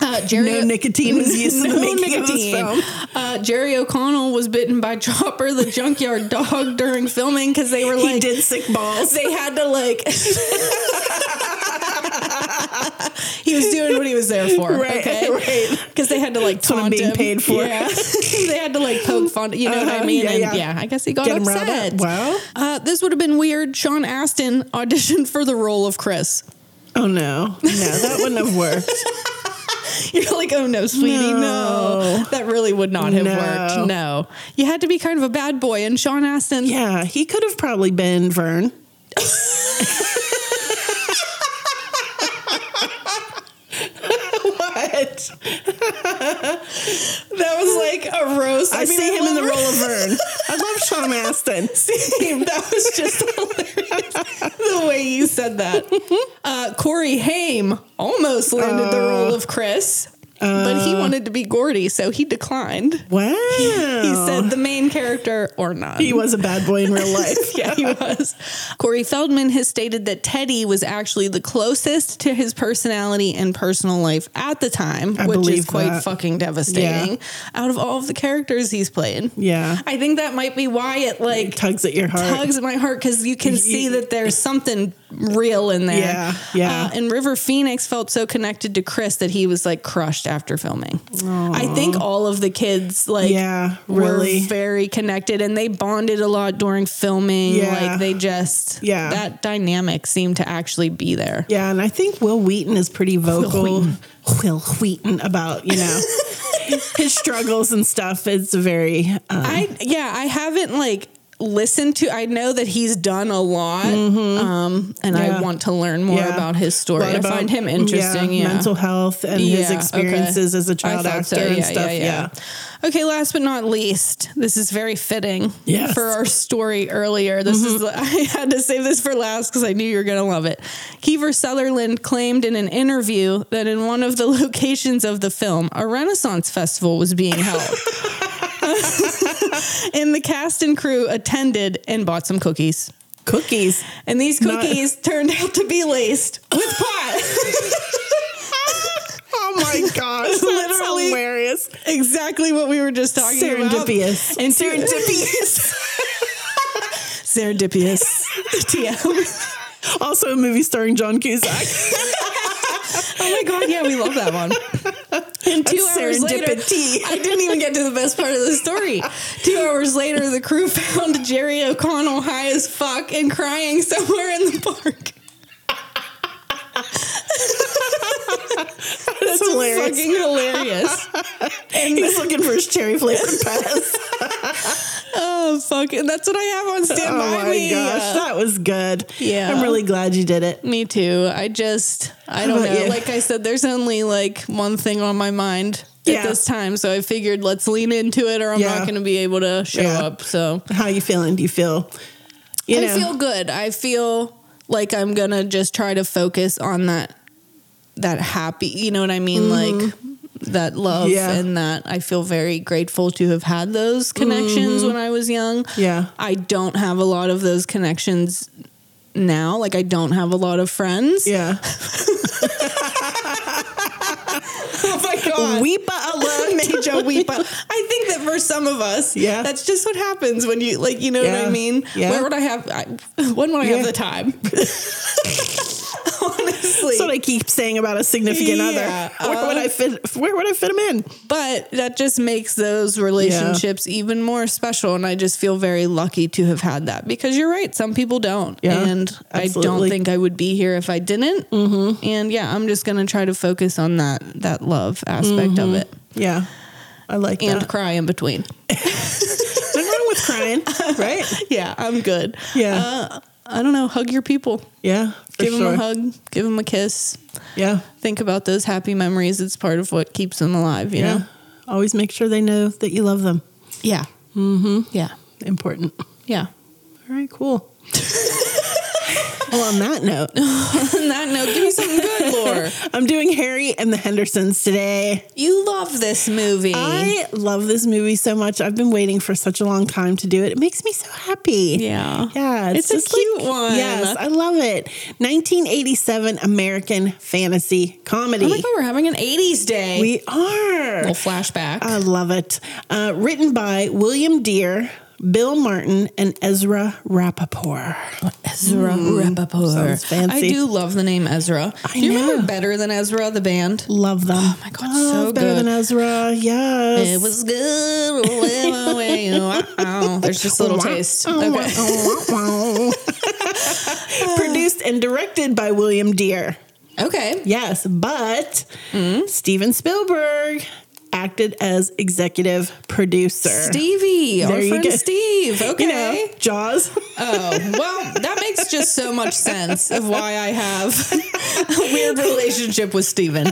A: Uh, Jerry,
B: No nicotine was used in the making of this film.
A: Uh, Jerry O'Connell was bitten by Chopper, the junkyard dog, during filming because they were
B: He
A: like,
B: did sick balls.
A: they had to like. he was doing what he was there for,
B: Right,
A: okay?
B: right.
A: Because they had to like
B: what I'm
A: taunt
B: being
A: him.
B: paid for.
A: Yeah. they had to like poke fun. You know what I
B: Uh-huh,
A: mean?
B: yeah,
A: and yeah.
B: yeah.
A: I guess he got
B: Get him riled
A: upset.
B: up. Wow.
A: Uh, this would have been weird. Sean Astin auditioned for the role of Chris.
B: Oh no, no, that wouldn't have worked.
A: You're like, oh no, sweetie, no.
B: No.
A: That really would not have
B: No.
A: worked. No. You had to be kind of a bad boy. And Sean Astin,
B: Yeah, he could have probably been Vern.
A: That was like a roast.
B: I, see him in the
A: roast.
B: role of Vern. I love Sean Astin.
A: That was just hilarious the way you said that. Uh, Corey Haim almost landed the
B: Uh,
A: role of Chris, but he wanted to be Gordy, so he declined.
B: Wow.
A: He said the main character or not.
B: Oh. he was a bad boy in real life.
A: yeah, he was. Corey Feldman has stated that Teddy was actually the closest to his personality and personal life at the time,
B: I
A: which is
B: believe
A: quite
B: that.
A: fucking devastating. Out of all of the characters he's playing,
B: Yeah.
A: I think that might be why it like
B: Tugs at your heart.
A: tugs at my heart because you can see that there's something real in there.
B: Yeah, yeah.
A: Uh, and River Phoenix felt so connected to Chris that he was like crushed after filming. I think all of the kids like
B: Yeah,
A: really
B: really.
A: very connected and they bonded a lot during filming.
B: Yeah.
A: Like they just
B: Yeah.
A: that dynamic seemed to actually be there.
B: Yeah, and I think Will Wheaton is pretty vocal. Will Wheaton, about you know his struggles and stuff. It's very uh,
A: I yeah, I haven't like listened to I know that he's done a lot. Um and
B: Mm-hmm. Yeah.
A: I want to learn more
B: yeah,
A: about his story.
B: a lot
A: I
B: about,
A: find him interesting. Yeah.
B: mental health and his
A: Yeah,
B: experiences
A: okay.
B: as a
A: I
B: child
A: thought
B: actor
A: so.
B: and
A: Yeah,
B: stuff. Yeah,
A: Okay, last but not least, this is very fitting
B: Yes. Mm-hmm.
A: for our story earlier. This is I had to save this for last because I knew you were gonna love it. Kiefer Sutherland claimed in an interview that in one of the locations of the film, a Renaissance festival was being held. and the cast and crew attended and bought some cookies.
B: cookies.
A: And these
B: Not-
A: cookies turned out to be laced with pot.
B: Oh my gosh, that's
A: Literally.
B: hilarious.
A: exactly what we were just talking about.
B: Serendipitous.
A: And serendipitous. serendipitous. TM.
B: Also, a movie starring John Cusack.
A: Oh my god, yeah, we love that one. And two
B: That's
A: hours later,
B: serendipity.
A: I didn't even get to the best part of the story. Two hours later, the crew found Jerry O'Connell high as fuck and crying somewhere in the park.
B: That's hilarious.
A: Fucking hilarious.
B: He's looking for his cherry flavored pass.
A: Oh fuck, and that's what I have on uh, stand
B: Oh
A: by
B: my
A: me.
B: gosh, that was good.
A: Yeah.
B: I'm really glad you did it.
A: Me too. I just, I don't
B: about
A: know.
B: you?
A: Like I said, there's only like one thing on my mind at
B: Yeah.
A: this time. So I figured let's lean into it or I'm
B: Yeah.
A: not going to be able to show
B: Yeah.
A: up. So
B: How you feeling? Do you feel? You
A: I
B: know,
A: feel good. I feel like I'm going to just try to focus on that, that happy, you know what I mean? Like that love
B: Yeah.
A: and that I feel very grateful to have had those connections when I was young.
B: yeah.
A: I don't have a lot of those connections now. Like I don't have a lot of friends.
B: Yeah.
A: Oh my God.
B: Weepa alone.
A: major weepa. I think that for some of us,
B: Yeah.
A: that's just what happens when you like, you know what
B: Yeah.
A: I mean.
B: Yeah.
A: Where would I have? I, when would I
B: Yeah.
A: have the time? Honestly,
B: That's what I keep saying about a significant
A: Yeah, Uh,
B: other. Where would I fit? Where would I fit him in?
A: but that just makes those relationships even more special, and I just feel very lucky to have had that because you're right. Some people don't,
B: Yeah,
A: and I don't
B: absolutely.
A: think I would be here if I didn't. Mm-hmm. And yeah, I'm just gonna try to focus on that that love aspect of it
B: Yeah, I like
A: and
B: that.
A: cry in between.
B: Nothing wrong with crying, right?
A: Yeah, I'm good.
B: Yeah.
A: Uh, I don't know. Hug your people.
B: Yeah, for
A: give
B: sure.
A: them a hug, give them a kiss.
B: Yeah,
A: Think about those happy memories. It's part of what keeps them alive, you
B: yeah.
A: know?
B: Always make sure they know that you love them.
A: Yeah. Mm-hmm. Yeah.
B: Important.
A: Yeah.
B: All right, cool. well, on that note,
A: On that note, give me something good, Lore.
B: I'm doing Harry and the Hendersons today.
A: you love this movie.
B: I love this movie so much. I've been waiting for such a long time to do it. It makes me so happy.
A: yeah.
B: Yeah,
A: It's, a
B: like-
A: cute one.
B: Yes, I love it. 1987 American fantasy comedy.
A: Oh my God, we're having an 80s day.
B: we Um, are.
A: Little flashback.
B: I love it. Uh, written by William Deere, Bill Martin, and Ezra Rappaport.
A: Ezra Rappaport.
B: Hmm, sounds fancy.
A: I do love the name Ezra.
B: I
A: do you remember
B: know.
A: Better Than Ezra, the band?
B: Love them. Oh
A: my God, so
B: better
A: good.
B: than Ezra. Yes.
A: It was good. Oh, Wow. There's just a little taste. Okay.
B: Produced and directed by William Deere.
A: Okay. Hmm?
B: Yes, but Steven Spielberg acted as executive producer.
A: Stevie,
B: There
A: our
B: you
A: friend
B: go.
A: Steve. Okay.
B: You know, Jaws.
A: Oh, well, that makes just so much sense of why I have a weird relationship with Steven.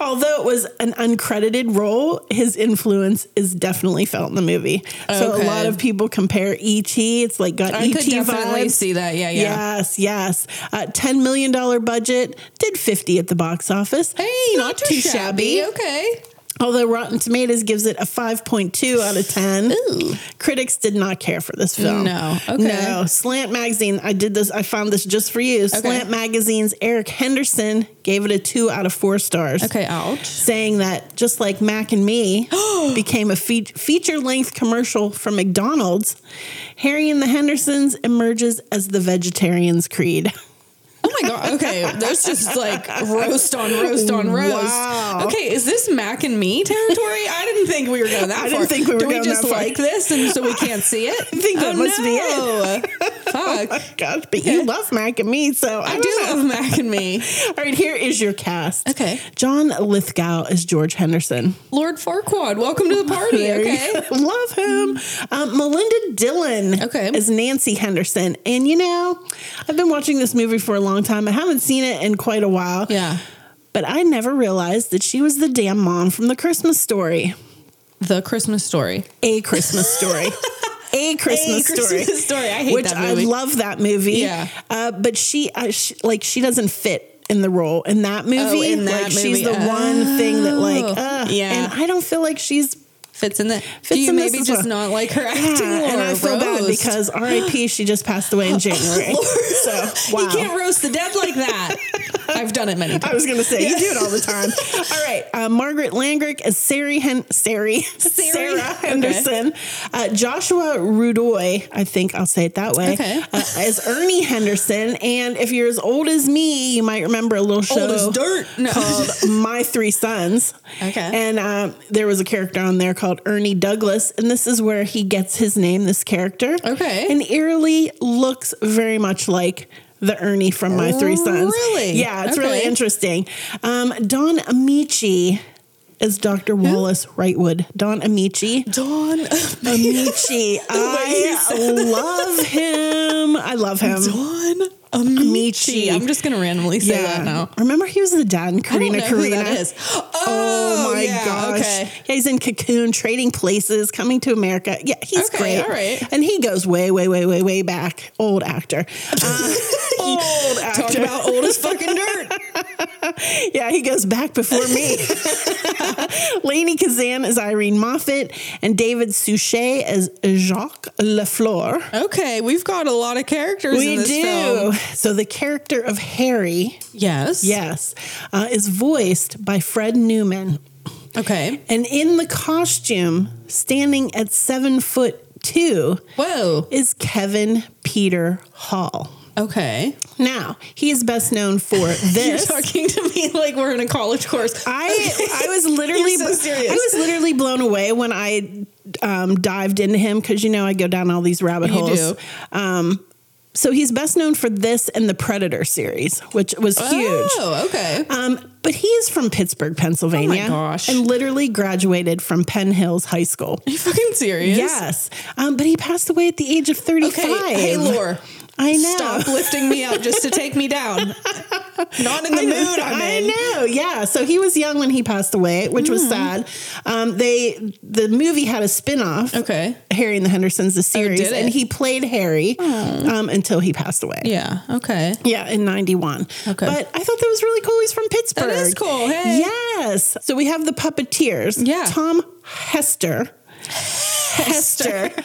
B: Although it was an uncredited role, his influence is definitely felt in the movie. So a
A: Okay.
B: lot of people compare E.T. It's like got
A: I
B: E.T.
A: could definitely
B: vibes.
A: see that. Yeah, yeah.
B: Yes, yes. Uh, Ten million dollar budget did fifty at the box office.
A: Hey, not, too, shabby. Okay.
B: Although Rotten Tomatoes gives it a five point two out of ten.
A: Ooh.
B: Critics did not care for this film.
A: No, okay.
B: No. Slant Magazine, I did this, I found this just for you. Slant Magazine's Eric Henderson gave it a two out of four stars.
A: Okay, ouch.
B: Saying that just like Mac and Me became a fe- feature length commercial for McDonald's, Harry and the Hendersons emerges as the vegetarian's creed.
A: Oh my god. Okay, there's just like roast on roast on roast.
B: Wow.
A: Okay, is this Mac and me territory? I didn't think we were going that
B: I
A: far.
B: didn't think we were
A: Do
B: going
A: we just
B: that far.
A: like this, and so we can't see it? I
B: think that must be it.
A: it. Fuck.
B: Gosh, but you
A: Okay.
B: love Mac and Me, so I,
A: I
B: don't
A: do
B: know.
A: love Mac and me.
B: All right, here is your cast.
A: Okay.
B: John Lithgow is George Henderson.
A: Lord Farquaad, welcome to the party.
B: There you
A: Okay.
B: go. Love him. Um, Melinda Dillon
A: Okay.
B: is Nancy Henderson. And you know, I've been watching this movie for a long time. I haven't seen it in quite a while.
A: Yeah.
B: But I never realized that she was the damn mom from the Christmas story.
A: The Christmas story.
B: A Christmas story. A Christmas story.
A: Christmas story. I hate
B: Which
A: that
B: I
A: movie.
B: love that movie.
A: Yeah.
B: Uh, but she, uh, she, like, she doesn't fit in the role in that movie.
A: Oh, in that
B: like,
A: movie.
B: she's the one thing that, like,
A: Oh.
B: uh,
A: Yeah.
B: And I don't feel like she's
A: Fits in the.
B: Fits
A: do you
B: in this
A: maybe
B: as
A: just
B: well.
A: not like her acting?
B: Yeah,
A: or
B: and I feel bad
A: roast?
B: because RIP, she just passed away in January. so wow.
A: you can't roast the dead like that. I've done it many times.
B: I was gonna say you do it all the time. all right, uh, Margaret Langrick as Sari Hen- Sari Sarah
A: Okay.
B: Henderson, uh, Joshua Rudoy, I think I'll say it that way,
A: Okay.
B: uh, as Ernie Henderson. And if you're as old as me, you might remember a little show
A: Old as dirt. No.
B: called My Three Sons.
A: Okay.
B: And um, there was a character on there called Ernie Douglas. And this is where he gets his name, this character.
A: Okay.
B: And eerily looks very much like the Ernie from My Three Sons.
A: Really?
B: Yeah, it's really
A: Okay.
B: interesting. Um, Don Amici is Dr. Wallace Wrightwood. Don Amici.
A: Dawn.
B: Amici.
A: Oh,
B: I love him. I love him.
A: Dawn. Amici. I'm just gonna randomly say that now.
B: Remember he was the dad in
A: I don't
B: Karina
A: know who
B: Karina?
A: that is. Oh,
B: Oh my
A: yeah,
B: gosh.
A: Okay.
B: Yeah, he's in Cocoon, Trading Places, Coming to America. Yeah, he's
A: Okay,
B: great.
A: all right.
B: And he goes way, way, way, way, way back. Old actor. Uh, old
A: Talk
B: actor.
A: about old as fucking dirt.
B: yeah, he goes back before me. Lainey Kazan is Irene Moffat, and David Suchet as Jacques Lafleur.
A: Okay, we've got a lot of characters. in
B: We
A: this
B: do.
A: Film.
B: So the character of Harry,
A: Yes.
B: yes, uh, is voiced by Fred Newman.
A: Okay.
B: And in the costume, standing at seven foot two,
A: Whoa.
B: is Kevin Peter Hall.
A: Okay.
B: Now, he is best known for
A: You're
B: this.
A: talking to me like we're in a college course.
B: I I was literally
A: You're so serious.
B: I was literally blown away when I um, dived into him because you know I go down all these rabbit
A: You
B: holes.
A: do.
B: Um, so he's best known for this and the Predator series, which was huge.
A: Oh, okay.
B: Um, but he is from Pittsburgh, Pennsylvania.
A: Oh gosh.
B: And literally graduated from Penn Hills High School.
A: Are you fucking serious?
B: Yes. Um, but he passed away at the age of 35.
A: Okay. Hey, Lore.
B: I know.
A: Stop lifting me up just to take me down. Not in the mood I'm
B: I
A: in.
B: know, yeah. So he was young when he passed away, which was
A: Mm-hmm.
B: sad. Um, they the movie had a spinoff,
A: Okay. Oh,
B: Harry and the Hendersons, the series,
A: did it? Oh.
B: and he played Harry um, until he passed away.
A: Yeah. Okay.
B: Yeah, in 91.
A: Okay.
B: But I thought that was really cool. He's from Pittsburgh.
A: is cool. Hey.
B: Yes. So we have the puppeteers.
A: Yeah.
B: Tom Hester. Hester.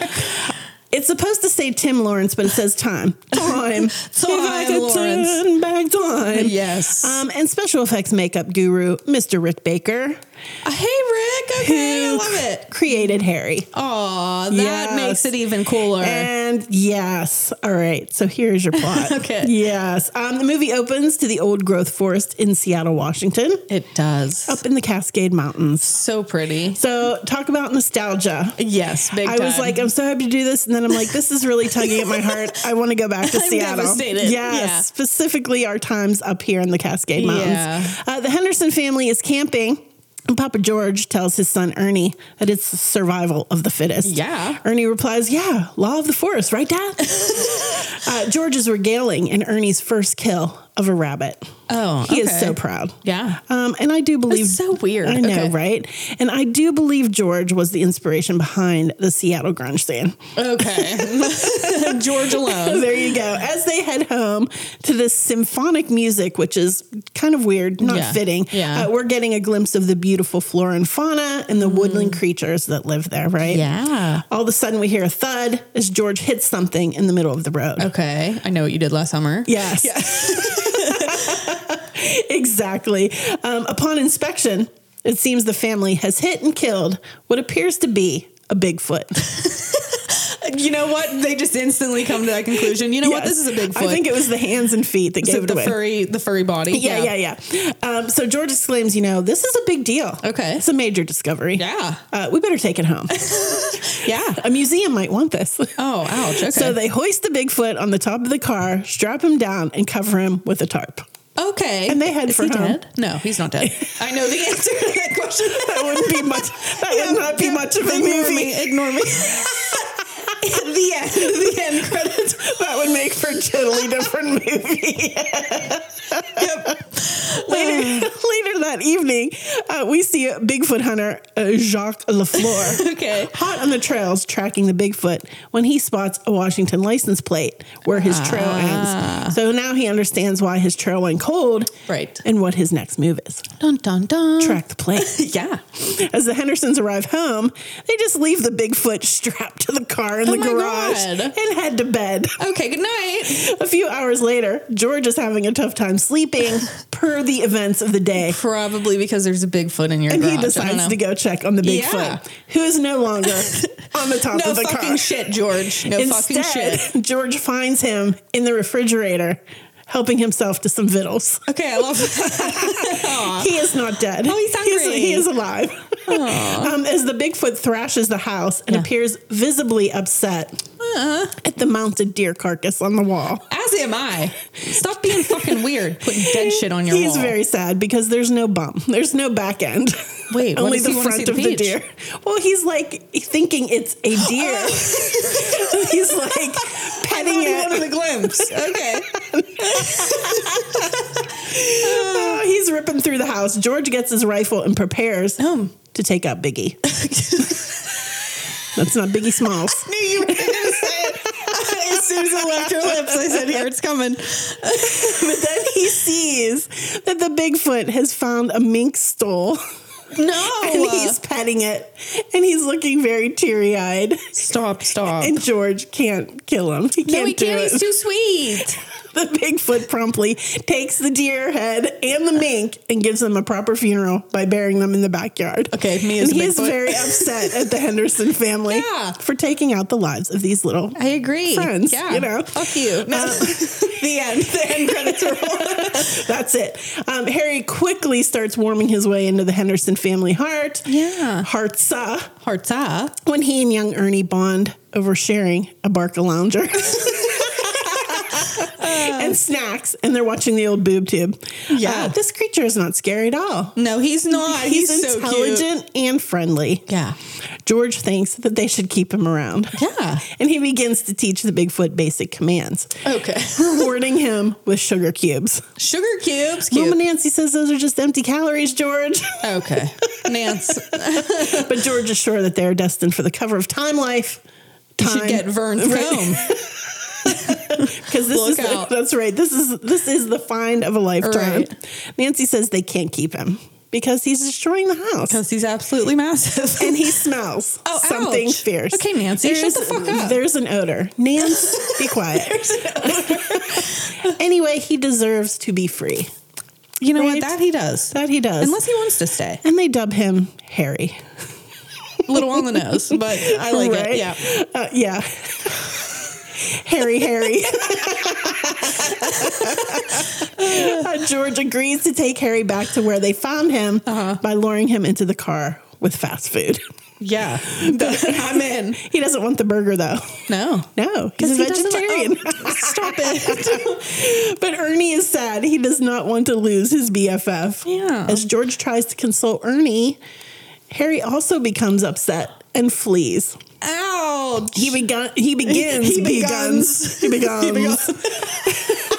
B: It's supposed to say Tim Lawrence, but it says time. Time. If I could
A: Lawrence.
B: turn back time.
A: Yes.
B: Um, and special effects makeup guru, Mr. Rick Baker,
A: Uh, hey, Rick. Okay. I
B: who
A: love it.
B: created Harry.
A: Aw, that
B: Yes.
A: makes it even cooler.
B: And yes. All right. So here's your plot.
A: Okay.
B: Yes. Um, the movie opens to the old growth forest in Seattle, Washington,
A: it does.
B: up in the Cascade Mountains.
A: so pretty.
B: So talk about nostalgia.
A: Yes. Big
B: I was
A: time.
B: like, I'm so happy to do this. And then I'm like, this is really tugging at my heart. I want to go back to
A: I'm
B: Seattle.
A: devastated.
B: Yes.
A: Yeah.
B: Specifically, our times up here in the Cascade Mountains.
A: Yeah.
B: Uh, the Henderson family is camping And Papa George tells his son Ernie that it's the survival of the fittest.
A: Yeah.
B: Ernie replies, Yeah, law of the forest, right, Dad? uh, George is regaling in Ernie's first kill of a rabbit.
A: Oh,
B: He is
A: okay.
B: so proud.
A: Yeah.
B: Um, and I do believe
A: That's so weird.
B: I know,
A: Okay.
B: right? And I do believe George was the inspiration behind the Seattle grunge scene.
A: Okay. George alone.
B: there you go. As they head home to this symphonic music, which is kind of weird, not
A: Yeah.
B: fitting.
A: Yeah.
B: Uh, we're getting a glimpse of the beautiful flora and fauna and the woodland creatures that live there, right?
A: Mm. Yeah.
B: All of a sudden, we hear a thud as George hits something in the middle of the road.
A: Okay. I know what you did last summer.
B: Yes. exactly. Um, upon inspection, it seems the family has hit and killed what appears to be a Bigfoot.
A: You know what? They just instantly come to that conclusion. You know what? This is a Bigfoot.
B: I think it was the hands and feet that
A: Is it
B: gave it
A: the
B: away.
A: furry, the furry body.
B: Yeah, yeah, yeah. Um, so George exclaims, you know, this is a big deal.
A: Okay.
B: It's a major discovery.
A: Yeah.
B: Uh, we better take it home.
A: Yeah.
B: a museum might want this.
A: Oh, ouch. Okay.
B: So they hoist the Bigfoot on the top of the car, strap him down, and cover him with a tarp.
A: okay.
B: And they head
A: Is
B: for
A: he
B: home.
A: dead? No, he's not dead. Uh-huh. I know the answer to that question.
B: That wouldn't be much. That would not be much of a
A: Ignore
B: movie.
A: me. Ignore me.
B: the end, the end credits. That would make for a totally different movie. Later, later that evening, uh, we see a Bigfoot hunter uh, Jacques Lafleur,
A: Okay.
B: hot on the trails tracking the Bigfoot when he spots a Washington license plate where his trail ends. So now he understands why his trail went cold,
A: Ah. Right.
B: and what his next move is:
A: Dun dun dun.
B: track the plate.
A: Yeah.
B: As the Hendersons arrive home, they just leave the Bigfoot strapped to the car in the
A: Oh my
B: garage
A: God.
B: and head to bed.
A: Okay. Good night.
B: A few hours later, George is having a tough time sleeping per the events of the day.
A: Probably because there's a Bigfoot in your
B: And
A: garage.
B: he
A: I don't
B: decides
A: know.
B: to go check on the Bigfoot,
A: Yeah.
B: who is no longer on the top
A: No
B: of the
A: fucking
B: car.
A: shit, George. No fucking
B: Instead,
A: shit.
B: George finds him in the refrigerator, helping himself to some victuals.
A: Okay, I love
B: He is not dead.
A: Oh, he's hungry.
B: he is alive. um, as the Bigfoot thrashes the house and
A: Yeah. Uh-huh.
B: appears visibly upset at the mounted deer carcass on the wall.
A: As am I. Stop being fucking weird. Putting dead shit on your
B: He's
A: wall.
B: very sad because there's no bum. There's no back end.
A: Wait, what
B: only
A: does
B: the
A: he wanna
B: front
A: see
B: of
A: the
B: the
A: beach?
B: deer. Well, he's like thinking it's a deer. he's like petting it.
A: wanted a glimpse. Okay.
B: Oh, he's ripping through the house. George gets his rifle and prepares
A: Hmm.
B: to take out Biggie. That's not Biggie Smalls.
A: knew you were going to say it. As soon as it left your lips, I said, "Here it's coming."
B: But then he sees that the Bigfoot has found a mink stole
A: No.
B: and he's petting it and he's looking very teary eyed.
A: stop. Stop.
B: And George can't kill him. He can't
A: no, he
B: do
A: can't.
B: it.
A: He's too sweet.
B: the Bigfoot promptly takes the deer head and the mink and gives them a proper funeral by burying them in the backyard.
A: Okay, me as
B: and
A: a
B: he is
A: Bigfoot.
B: very upset at the Henderson family
A: Yeah.
B: for taking out the lives of these little
A: I agree.
B: Friends,
A: Yeah.
B: you know.
A: Fuck you. No.
B: the end. The end credits roll. That's it. Um, Harry quickly starts warming his way into the Henderson family heart.
A: Yeah.
B: Hearts uh,
A: Hearts up.
B: when he and young Ernie bond over sharing a Barca lounger. and snacks, and they're watching the old boob tube.
A: Yeah.
B: Uh, this creature is not scary at all.
A: No, he's not. He's,
B: He's,
A: so cute.
B: intelligent and friendly.
A: Yeah.
B: George thinks that they should keep him around.
A: Yeah.
B: And he begins to teach the Bigfoot basic commands,
A: Okay.
B: rewarding him with sugar cubes.
A: Sugar cubes. Cute.
B: Mama Nancy says those are just empty calories, George.
A: Okay. Nance.
B: but George is sure that they are destined for the cover of Time Life.
A: You should
B: Time-
A: get Vern Frome.
B: because this
A: Look
B: is
A: out.
B: that's right. This is this is the find of a lifetime.
A: Right.
B: Nancy says they can't keep him because he's destroying the house.
A: Because he's absolutely massive.
B: And he smells
A: Oh,
B: something
A: ouch.
B: fierce.
A: Okay, Nancy, shut
B: There's-
A: the fuck up.
B: There's an odor. Nance, be quiet. anyway, he deserves to be free.
A: you know
B: Right?
A: what? That he does.
B: That he does.
A: Unless he wants to stay.
B: and they dub him Harry.
A: A little on the nose, but I like
B: Right?
A: it. Yeah.
B: Uh, yeah. Harry, Harry.
A: Uh-huh.
B: Uh, George agrees to take Harry back to where they found him by luring him into the car with fast food.
A: Yeah. I'm in.
B: He doesn't want the burger though.
A: No.
B: No, he's a
A: he doesn't-
B: vegetarian.
A: Stop it.
B: but Ernie is sad. He does not want to lose his BFF.
A: Yeah.
B: As George tries to console Ernie, Harry also becomes upset and flees.
A: Ouch.
B: He begun. He begins.
A: He
B: begins. He begins.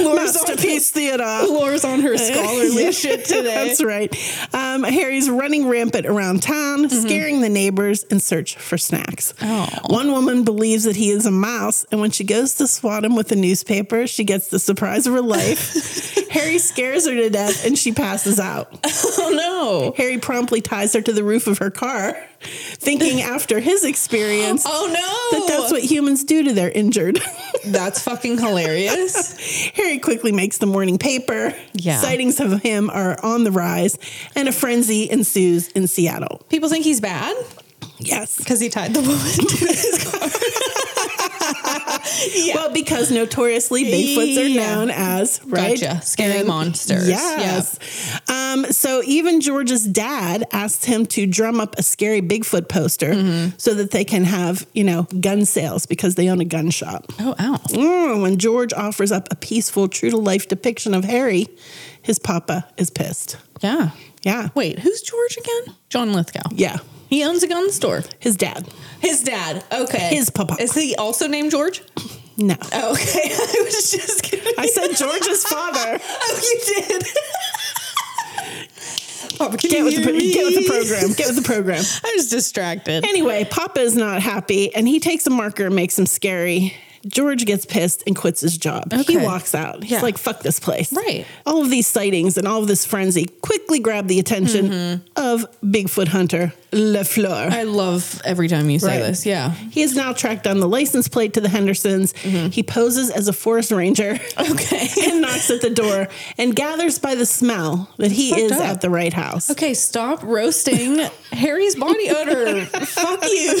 A: Laura's on,
B: Masterpiece theater.
A: Laura's on her scholarly
B: Yeah,
A: shit today.
B: That's right. Um, Harry's running rampant around town, scaring the neighbors in search for snacks.
A: Mm-hmm. Oh.
B: One woman believes that he is a mouse, and when she goes to swat him with a newspaper, she gets the surprise of her life. Harry scares her to death, and she passes out.
A: Oh no.
B: Harry promptly ties her to the roof of her car, thinking after his experience.
A: Oh no.
B: That that's what humans do to their injured.
A: That's fucking hilarious.
B: Harry quickly makes the morning paper.
A: Yeah.
B: Sightings of him are on the rise, and a frenzy ensues in Seattle.
A: People think he's bad
B: Yes.
A: because he tied the woman to his
B: Well, because notoriously Bigfoots are
A: Yeah.
B: known as right?
A: Gotcha. Scary
B: And-
A: monsters.
B: Yes. Um, so even George's dad asked him to drum up a scary Bigfoot poster
A: Mm-hmm.
B: so that they can have, you know, gun sales because they own a gun shop.
A: Oh, ow.
B: Mm, when George offers up a peaceful, true to life depiction of Harry, his papa is pissed.
A: Yeah.
B: Yeah.
A: Wait, who's George again? John Lithgow.
B: Yeah.
A: He owns a gun store.
B: His dad.
A: His dad. Okay.
B: His papa.
A: Is he also named George?
B: No.
A: Oh, okay. I was just kidding.
B: I said George's father.
A: Oh, you did. Papa, can
B: Get
A: you
B: with, the,
A: hear me?
B: get with the program. Get with the program.
A: I was distracted.
B: Anyway, Papa is not happy and he takes a marker and makes him scary. George gets pissed and quits his job. He
A: Okay.
B: walks out. He's
A: Yeah.
B: like, fuck this place.
A: Right.
B: All of these sightings and all of this frenzy quickly grab the attention of Bigfoot hunter LeFleur.
A: I love every time you say
B: Right.
A: this. Yeah.
B: He has now tracked down the license plate to the Hendersons. He poses as a forest ranger.
A: Okay.
B: and knocks at the door and gathers by the smell that he
A: Fucked
B: is
A: up.
B: at the right house.
A: Okay, stop roasting Harry's body odor. Fuck you.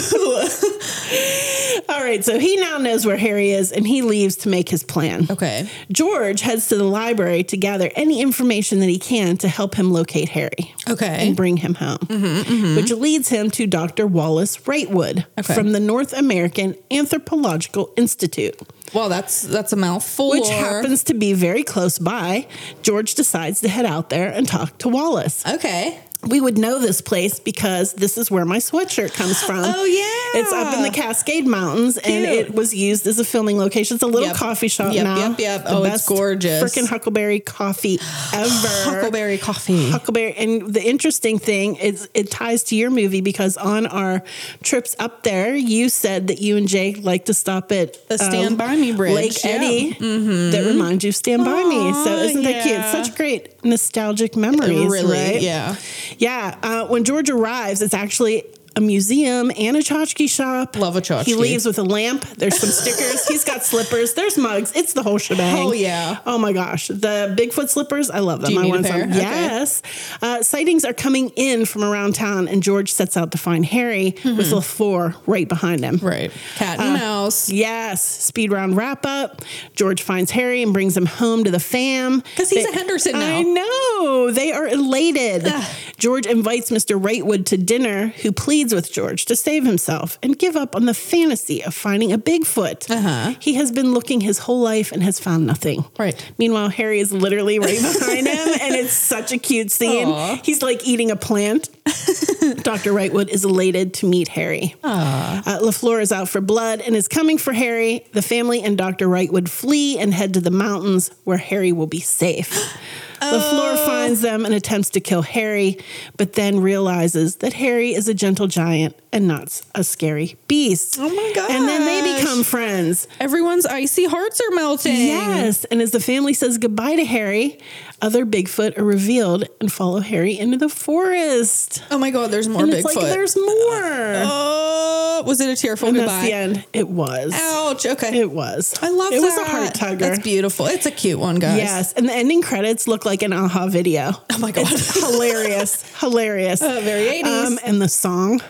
B: All right, so he now knows where Harry is and he leaves to make his plan.
A: Okay.
B: George heads to the library to gather any information that he can to help him locate Harry
A: Okay. Mm-hmm,
B: and bring him home, which leads him to Dr. Wallace Wrightwood
A: Okay.
B: from the North American Anthropological Institute,
A: Well, that's that's a mouthful.
B: which
A: or-
B: happens to be very close by. George decides to head out there and talk to Wallace.
A: Okay.
B: we would know this place because this is where my sweatshirt comes from.
A: Oh, yeah.
B: It's up in the Cascade Mountains
A: Cute.
B: and it was used as a filming location. It's a little
A: Yep.
B: coffee shop
A: Yep,
B: now.
A: yep, yep. Oh, it's gorgeous.
B: Freaking Huckleberry coffee ever.
A: Huckleberry coffee.
B: Huckleberry. And the interesting thing is it ties to your movie because on our trips up there, you said that you and Jake like to stop at um,
A: The Stand By Me Bridge,
B: Lake
A: yeah. Mm-hmm.
B: Eddie that reminds you of Stand By Me. So
A: Aw,
B: isn't that cute?
A: yeah.
B: Such great nostalgic memories.
A: Really,
B: right?
A: yeah.
B: Yeah. Uh, when George arrives, it's actually a museum and a tchotchke shop.
A: Love a tchotchke.
B: He leaves with a lamp. There's some stickers. He's got slippers. There's mugs. It's the whole shebang.
A: Hell yeah.
B: Oh my gosh. The Bigfoot slippers. I love them.
A: Do you
B: I
A: need a
B: want
A: pair?
B: some.
A: Okay.
B: Yes. Uh, sightings are coming in from around town, and George sets out to find Harry
A: Mm-hmm.
B: with LaFleur right Uh, behind him.
A: Right. Cat and mouse.
B: Yes. Speed round wrap up. George finds Harry and brings him home to the fam.
A: 'Cause he's
B: They-
A: a Henderson now.
B: I know. They are elated.
A: Ugh.
B: George invites Mr. Wrightwood to dinner, who pleads with George to save himself and give up on the fantasy of finding a Bigfoot.
A: Uh-huh.
B: He has been looking his whole life and has found nothing.
A: Right.
B: Meanwhile, Harry is literally right behind him, and it's such a cute scene.
A: Aw.
B: He's like eating a plant. Dr. Wrightwood is elated to meet Harry. Uh, LaFleur is out for blood and is coming for Harry. The family and Dr. Wrightwood flee and head to the mountains where Harry will be safe.
A: Oh.
B: LaFleur finds them and attempts to kill Harry, but then realizes that Harry is a gentle giant and not a scary beast.
A: Oh my gosh.
B: And then they become friends.
A: Everyone's icy hearts are melting.
B: Yes. And as the family says goodbye to Harry, other Bigfoot are revealed and follow Harry into the forest.
A: Oh my god, there's more
B: And
A: Bigfoot.
B: it's like there's more.
A: oh, was it a tearful
B: and that's the
A: goodbye?
B: end. It was.
A: Ouch. Okay.
B: It was.
A: I love
B: it.
A: that.
B: was a heart tugger.
A: That's beautiful. It's a cute one, guys.
B: Yes, and the ending credits look like an aha video.
A: Oh my god.
B: hilarious, hilarious. Um,
A: Uh, very 80s.
B: and the song,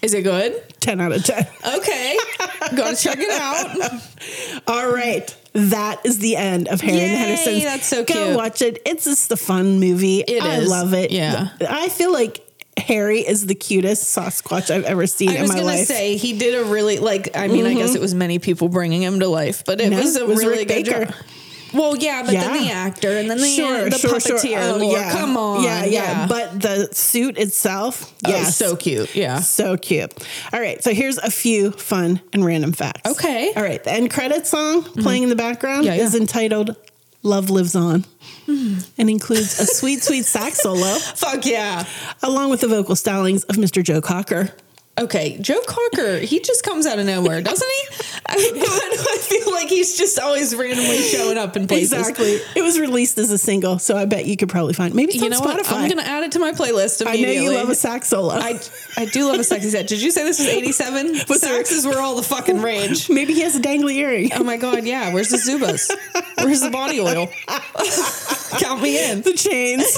A: Is it good?
B: 10 out of 10.
A: Okay. Gotta check it out.
B: All right. That is the end of Harry and the
A: Yay,
B: Hendersons.
A: that's so
B: Go
A: cute.
B: watch it. It's just a fun movie.
A: It
B: I
A: is.
B: love it.
A: Yeah.
B: I feel like Harry is the cutest Sasquatch I've ever seen
A: I
B: in
A: was
B: my
A: gonna
B: life. Mm-hmm.
A: say he did a really like. I mean, I guess it was many people bringing him to life, but it
B: No,
A: was a
B: it was
A: really
B: Rick
A: good
B: Baker.
A: job. Well, yeah, but then
B: Yeah.
A: the actor and then the, the puppeteer. Lord, Come on,
B: Oh, Yeah, yeah, But the suit itself,
A: Oh,
B: yeah,
A: so cute. Yeah.
B: So cute. All right. So here's a few fun and random facts.
A: Okay.
B: All right. The end credit song playing in the background
A: Yeah, Hmm. yeah.
B: is entitled Love Lives On and includes a sweet, sweet sax solo
A: Fuck yeah.
B: along with the vocal stylings of Mr. Joe Cocker.
A: Okay, Joe Cocker, he just comes out of nowhere, doesn't he? I, I feel like he's just always randomly showing up in places.
B: Exactly. It was released as a single, so I bet you could probably find maybe it's
A: You
B: on
A: know
B: Spotify.
A: what? I'm going to add it to my playlist
B: I know
A: immediately.
B: you love a sax solo.
A: I, I do love a sexy set. Did you say this was 87?
B: Was there-
A: Saxes were all the fucking rage.
B: maybe he has a dangly earring.
A: Oh my God, yeah. Where's the Zubas? Where's the body oil? Count me in.
B: the chains.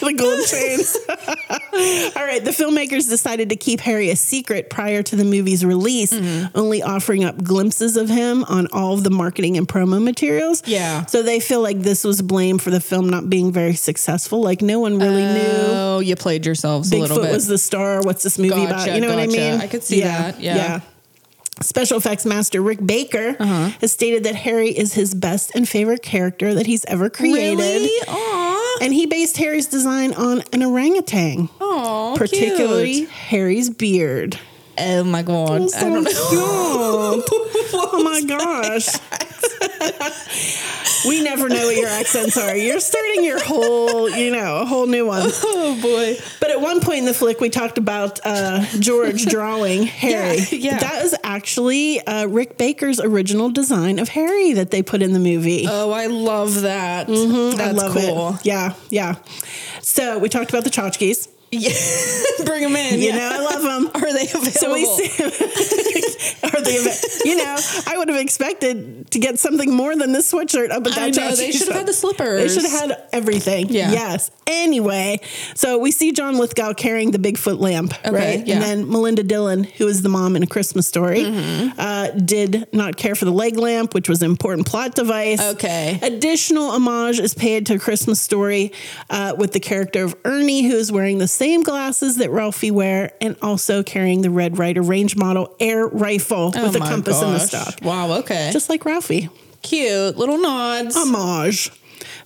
B: the gold chains. All right, the filmmakers decided to keep Harry a secret prior to the movie's release,
A: Mm-hmm.
B: only offering up glimpses of him on all of the marketing and promo materials.
A: Yeah.
B: So they feel like this was blame for the film not being very successful. Like no one really knew.
A: Oh, you played yourselves a little
B: Bigfoot
A: bit.
B: was the star. What's this movie about?
A: Gotcha,
B: You know what I
A: gotcha.
B: mean?
A: I could see that, yeah.
B: Special effects master Rick Baker
A: Uh-huh.
B: has stated that Harry is his best and favorite character that he's ever created.
A: Really? Aw.
B: And he based Harry's design on an orangutan,
A: Aw,
B: particularly
A: Oh, cute.
B: Harry's beard.
A: Oh my God. I don't know.
B: know. oh my gosh. we never know what your accents are. You're starting your whole, you know, a whole new one.
A: Oh boy.
B: But at one point in the flick, we talked about uh, George drawing Harry.
A: yeah.
B: That was actually uh, Rick Baker's original design of Harry that they put in the movie.
A: Oh, I love that.
B: Mm-hmm, I
A: That's
B: love
A: cool.
B: it. Yeah, yeah. So we talked about the tchotchkes.
A: Yeah. Bring them in.
B: You
A: yeah.
B: know, I love them.
A: Are they available?
B: So we see, are they, ava- you know, I would have expected to get something more than this sweatshirt up at that
A: I know, they
B: tchotchke
A: should have
B: shop.
A: had the slippers.
B: They should have had everything.
A: Yeah.
B: Yes. Anyway, so we see John Lithgow carrying the Bigfoot lamp, right?
A: yeah.
B: And then Melinda Dillon, who is the mom in A Christmas Story,
A: Mm-hmm.
B: uh, did not care for the leg lamp, which was an important plot device.
A: Okay.
B: Additional homage is paid to A Christmas Story uh, with the character of Ernie, who is wearing the same glasses that Ralphie wear and also carrying the Red Ryder range model air rifle with a
A: Oh my
B: compass in the
A: gosh.
B: stock,
A: Wow, okay.
B: just Oh like Ralphie
A: cute little nods.
B: homage.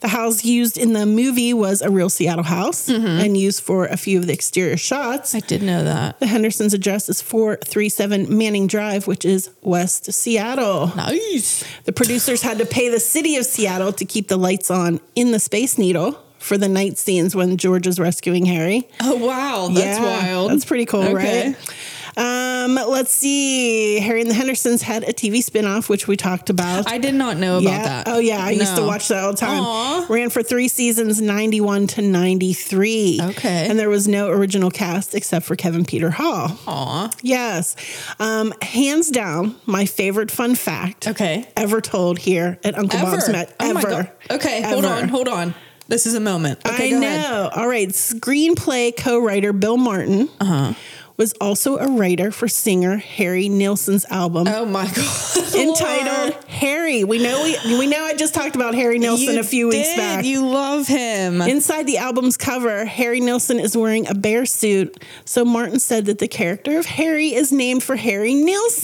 B: The house used in the movie was a real Seattle house
A: Mm-hmm.
B: and used for a few of the exterior shots.
A: I did know that.
B: The Henderson's address is 437 Manning Drive, which is West Seattle.
A: Nice.
B: The producers had to pay the city of Seattle to keep the lights on in the Space Needle for the night scenes when George is rescuing Harry.
A: Oh wow, that's
B: Yeah,
A: wild.
B: That's pretty cool,
A: Okay.
B: right? Um, let's see. Harry and the Hendersons had a TV spinoff, which we talked about.
A: I did not know about
B: yeah.
A: that.
B: Oh yeah, I used to
A: No.
B: watch that all the time.
A: Aw.
B: Ran for three seasons, ninety one to ninety three.
A: Okay.
B: and there was no original cast except for Kevin Peter Hall.
A: Aw.
B: Yes, um, hands down, my favorite fun fact.
A: Okay.
B: ever told here at Uncle Bob's Met
A: Oh
B: ever.
A: my God. Okay, hold
B: Ever.
A: on, hold on. This is a moment. Okay,
B: I
A: go
B: know.
A: ahead.
B: All right. Screenplay co writer Bill Martin
A: Uh-huh.
B: was also a writer for singer Harry Nilsson's album
A: Oh my god.
B: entitled Harry. We know we we know I just talked about Harry Nilsson
A: You
B: a few weeks
A: did.
B: back.
A: You love him.
B: Inside the album's cover, Harry Nilsson is wearing a bear suit. So Martin said that the character of Harry is named for Harry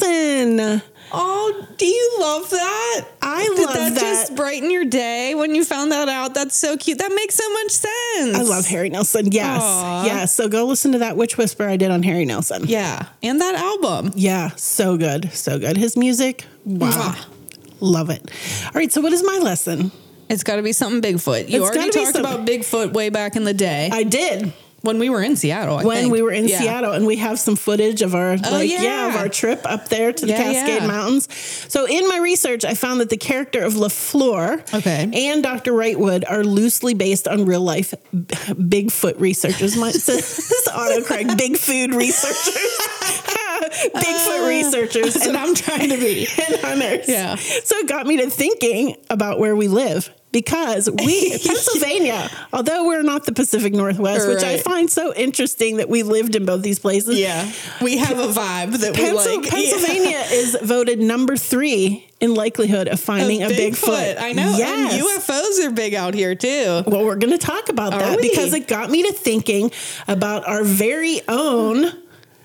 B: Nilsson.
A: Oh, do you love that?
B: I
A: Did
B: love
A: that,
B: that.
A: just brighten your day when you found that out? That's so cute. That makes so much sense.
B: I love Harry Nilsson. Yes.
A: Aw.
B: Yes. So go listen to that Witch Whisper I did on Harry Nilsson.
A: Yeah, and that album.
B: Yeah, so good. So good. His music, wow.
A: Mwah.
B: Love it. All right, so what is my lesson?
A: It's got to be something Bigfoot. You
B: It's
A: already
B: gotta be
A: talked
B: something-
A: about Bigfoot way back in the day
B: I did
A: when we were in Seattle. I
B: when
A: think.
B: we were in
A: Yeah. Oh,
B: Seattle and we have some footage of our like yeah.
A: yeah.
B: of our trip up there to the
A: Yeah,
B: Cascade
A: yeah.
B: Mountains. So in my research I found that the character of LaFleur
A: Okay.
B: and Dr. Wrightwood are loosely based on real life b- Bigfoot researchers. My so this is autocorrect big food researchers. Bigfoot
A: Uh,
B: researchers
A: That's
B: and
A: what I'm trying to be.
B: and hunters.
A: Yeah.
B: So it got me to thinking about where we live because we, Pennsylvania, although we're not the Pacific Northwest, which I
A: Right.
B: find so interesting that we lived in both these places.
A: Yeah, we have a vibe that we
B: Pencil-
A: like.
B: Pennsylvania is voted number three in likelihood of finding a Bigfoot.
A: I know.
B: Yes.
A: And UFOs are big out here too.
B: well, we're going to talk about
A: Are
B: that
A: we?
B: because it got me to thinking about our very own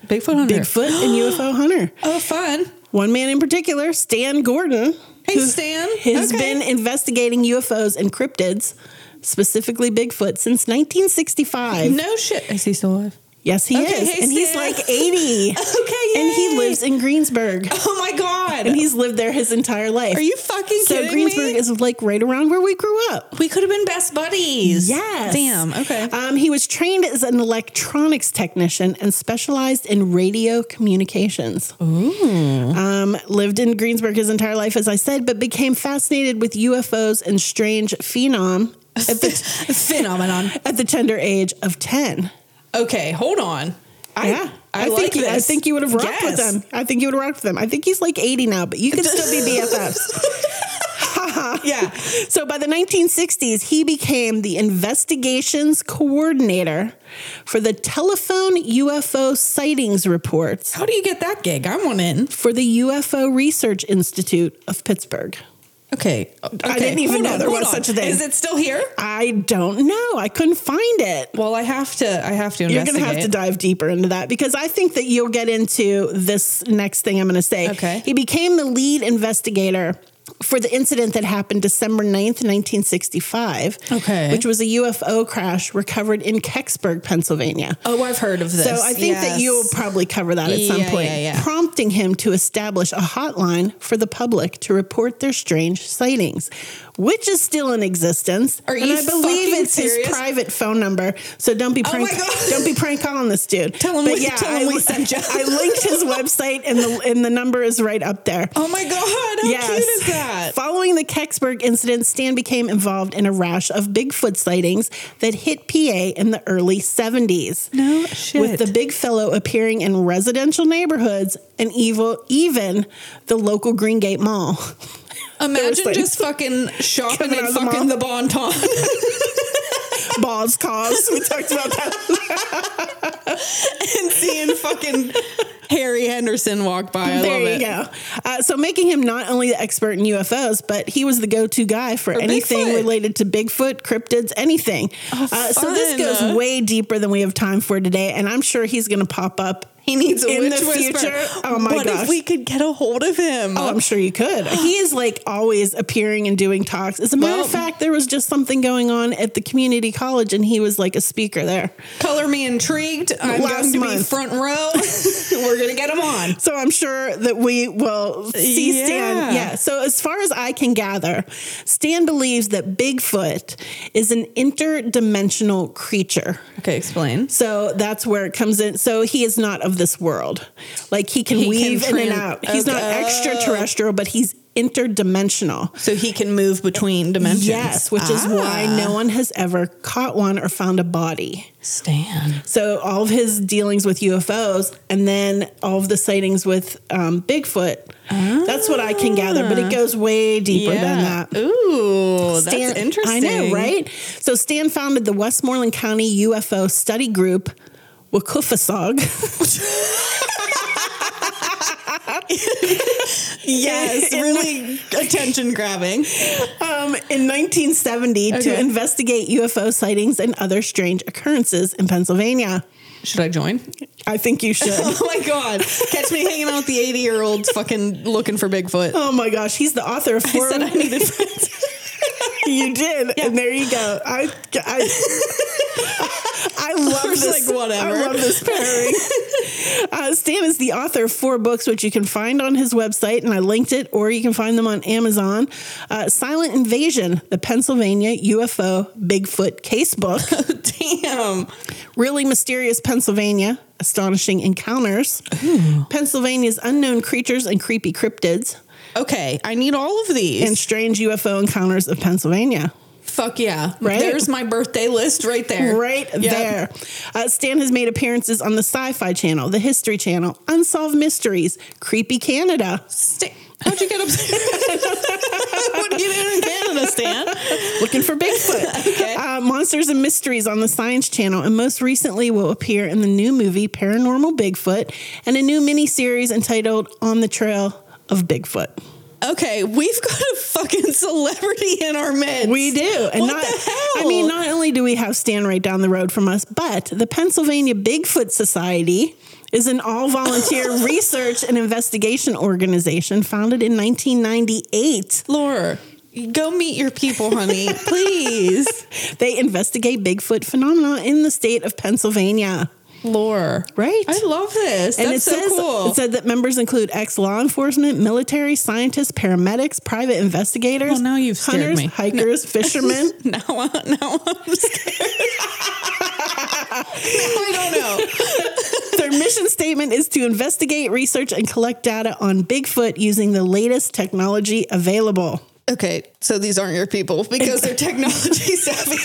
A: Bigfoot hunter.
B: Bigfoot and UFO hunter.
A: Oh, fun.
B: One man in particular, Stan Gordon.
A: Hey,
B: who
A: Stan.
B: Has
A: Okay.
B: been investigating UFOs and cryptids, specifically Bigfoot, since 1965.
A: No shit. Is he still alive?
B: Yes, he
A: Okay,
B: is.
A: hey,
B: and he's
A: Stan.
B: like
A: Okay,
B: 80.
A: yay.
B: And he lives in Greensburg.
A: Oh my god.
B: And he's lived there his entire life.
A: are you fucking
B: so
A: kidding
B: Greensburg
A: me?
B: is like right around where we grew up.
A: we could have been best buddies.
B: Yes.
A: Damn. Okay.
B: Um, he was trained as an electronics technician and specialized in radio communications. Um, lived in Greensburg his entire life, as I said, but became fascinated with UFOs and strange phenom at the,
A: Phenomenon.
B: at the tender age of 10.
A: Okay, hold on. I,
B: yeah.
A: I, like
B: think you, I
A: this.
B: think you would have rocked with
A: Yes.
B: them. I think you would have rocked with them. I think he's like 80 now, but you could still be BFFs.
A: Yeah.
B: So by the 1960s, he became the investigations coordinator for the telephone UFO sightings reports
A: How do you get that gig? I want in.
B: for the UFO Research Institute of Pittsburgh.
A: Okay.
B: I didn't even
A: hold
B: know
A: on,
B: there
A: hold
B: was
A: on.
B: such a thing.
A: Is it still here?
B: I don't know. I couldn't find it.
A: Well, I have to. I have to.
B: You're
A: Investigate.
B: going to have to dive deeper into that because I think that you'll get into this next thing I'm going to say.
A: Okay.
B: He became the lead investigator for the incident that happened December 9th, 1965.
A: Okay.
B: Which was a UFO crash recovered in Kecksburg, Pennsylvania.
A: Oh, I've heard of this.
B: So I think that you'll
A: Yes.
B: probably cover that at some
A: Yeah,
B: point,
A: yeah, yeah.
B: prompting him to establish a hotline for the public to report their strange sightings, which is still in existence.
A: Are
B: and
A: you
B: I believe
A: fucking
B: it's
A: serious?
B: his private phone number. So don't be
A: Oh
B: prank
A: my God.
B: don't be prank calling this dude.
A: Tell him
B: But
A: we- tell
B: I,
A: him we
B: li-
A: sent you.
B: I linked his website and the and the number is right up there.
A: Oh my god! How
B: Yes.
A: cute is that?
B: Following the Kecksburg incident, Stan became involved in a rash of Bigfoot sightings that hit PA in the early 70s.
A: No shit.
B: With the big fellow appearing in residential neighborhoods and evil, even the local Green Gate Mall.
A: Imagine
B: Thursday.
A: just fucking shopping
B: Coming out
A: at
B: of the
A: fucking the Bon Ton.
B: Balls cause. We talked about that.
A: and seeing fucking Harry Henderson walk by. I
B: there
A: love
B: you
A: it.
B: go. Uh, so making him not only the expert in UFOs, but he was the go-to guy for, anything
A: Bigfoot.
B: related to Bigfoot, cryptids, anything. uh, so this
A: Oh, fun.
B: goes way deeper than we have time for today, and I'm sure he's going to pop up.
A: He needs a
B: In
A: witch
B: the
A: whisperer.
B: future? Oh my
A: what
B: gosh.
A: if we could get a hold of him?
B: Oh, I'm sure you could. He is like always appearing and doing talks. As a matter
A: Well-
B: of fact, there was just something going on at the community college, and he was like a speaker there.
A: Color me intrigued. I'm
B: Last
A: going to be
B: month.
A: front row. We're gonna get him on.
B: So I'm sure that we will see Stan.
A: Yeah.
B: Yeah. So as far as I can gather, Stan believes that Bigfoot is an interdimensional creature.
A: Okay, explain.
B: So that's where it comes in. So he is not of this world. Like he can
A: He can
B: weave in and
A: tran-
B: out. He's not
A: Okay.
B: extraterrestrial, but he's interdimensional.
A: So he can move between dimensions. Ah.
B: Yes, which is why no one has ever caught one or found a body.
A: Stan.
B: So all of his dealings with UFOs, and then all of the sightings with um, Bigfoot. That's what I can gather, but it goes way deeper than that.
A: Ooh,
B: Stan-
A: Ah. that's interesting.
B: I know, right? So Stan founded the Westmoreland County UFO Study Group, Wakufasog.
A: Yes, really attention grabbing.
B: um, in 1970 to
A: Okay.
B: investigate UFO sightings and other strange occurrences in Pennsylvania.
A: Should I join?
B: I think you should.
A: Oh my god! Catch me hanging out with the eighty-year-olds, fucking looking for Bigfoot.
B: Oh my gosh, he's the author of four.
A: I said I needed
B: you did, and there you go. I I, I love
A: I was
B: this.
A: like, whatever.
B: I love this pairing. uh, Stan is the author of four books, which you can find on his website, and I linked it, or you can find them on Amazon. Uh, Silent Invasion: The Pennsylvania UFO Bigfoot Case Book,
A: Damn.
B: Really Mysterious Pennsylvania: Astonishing Encounters, Pennsylvania's Unknown Creatures and Creepy Cryptids,
A: Okay, I need all of these.
B: and Strange UFO Encounters of Pennsylvania.
A: Fuck yeah!
B: Right?
A: There's my birthday list right there.
B: Right
A: Yep.
B: there. Uh, Stan has made appearances on the Sci Fi Channel, the History Channel, Unsolved Mysteries, Creepy Canada,
A: Sta- How'd you get up there? what are you doing in Canada, Stan?
B: looking for Bigfoot. uh, Monsters and Mysteries on the Science Channel, and most recently will appear in the new movie Paranormal Bigfoot and a new miniseries entitled On the Trail of Bigfoot.
A: Okay, we've got a fucking celebrity in our midst.
B: We do, and
A: What
B: not.
A: the hell?
B: I mean, not only do we have Stan right down the road from us, but the Pennsylvania Bigfoot Society is an all-volunteer research and investigation organization founded in 1998.
A: Laura, go meet your people, honey, please.
B: They investigate Bigfoot phenomena in the state of Pennsylvania.
A: Laura,
B: Right.
A: I love this.
B: And
A: That's
B: it
A: so
B: says
A: cool.
B: it said that members include ex law enforcement, military, scientists, paramedics, private investigators.
A: Well, now you've scared
B: hunters,
A: me.
B: hikers, fishermen.
A: now, I- now I'm scared. now I don't know.
B: Their mission statement is to investigate, research, and collect data on Bigfoot using the latest technology available.
A: Okay, so these aren't your people because they're technology savvy.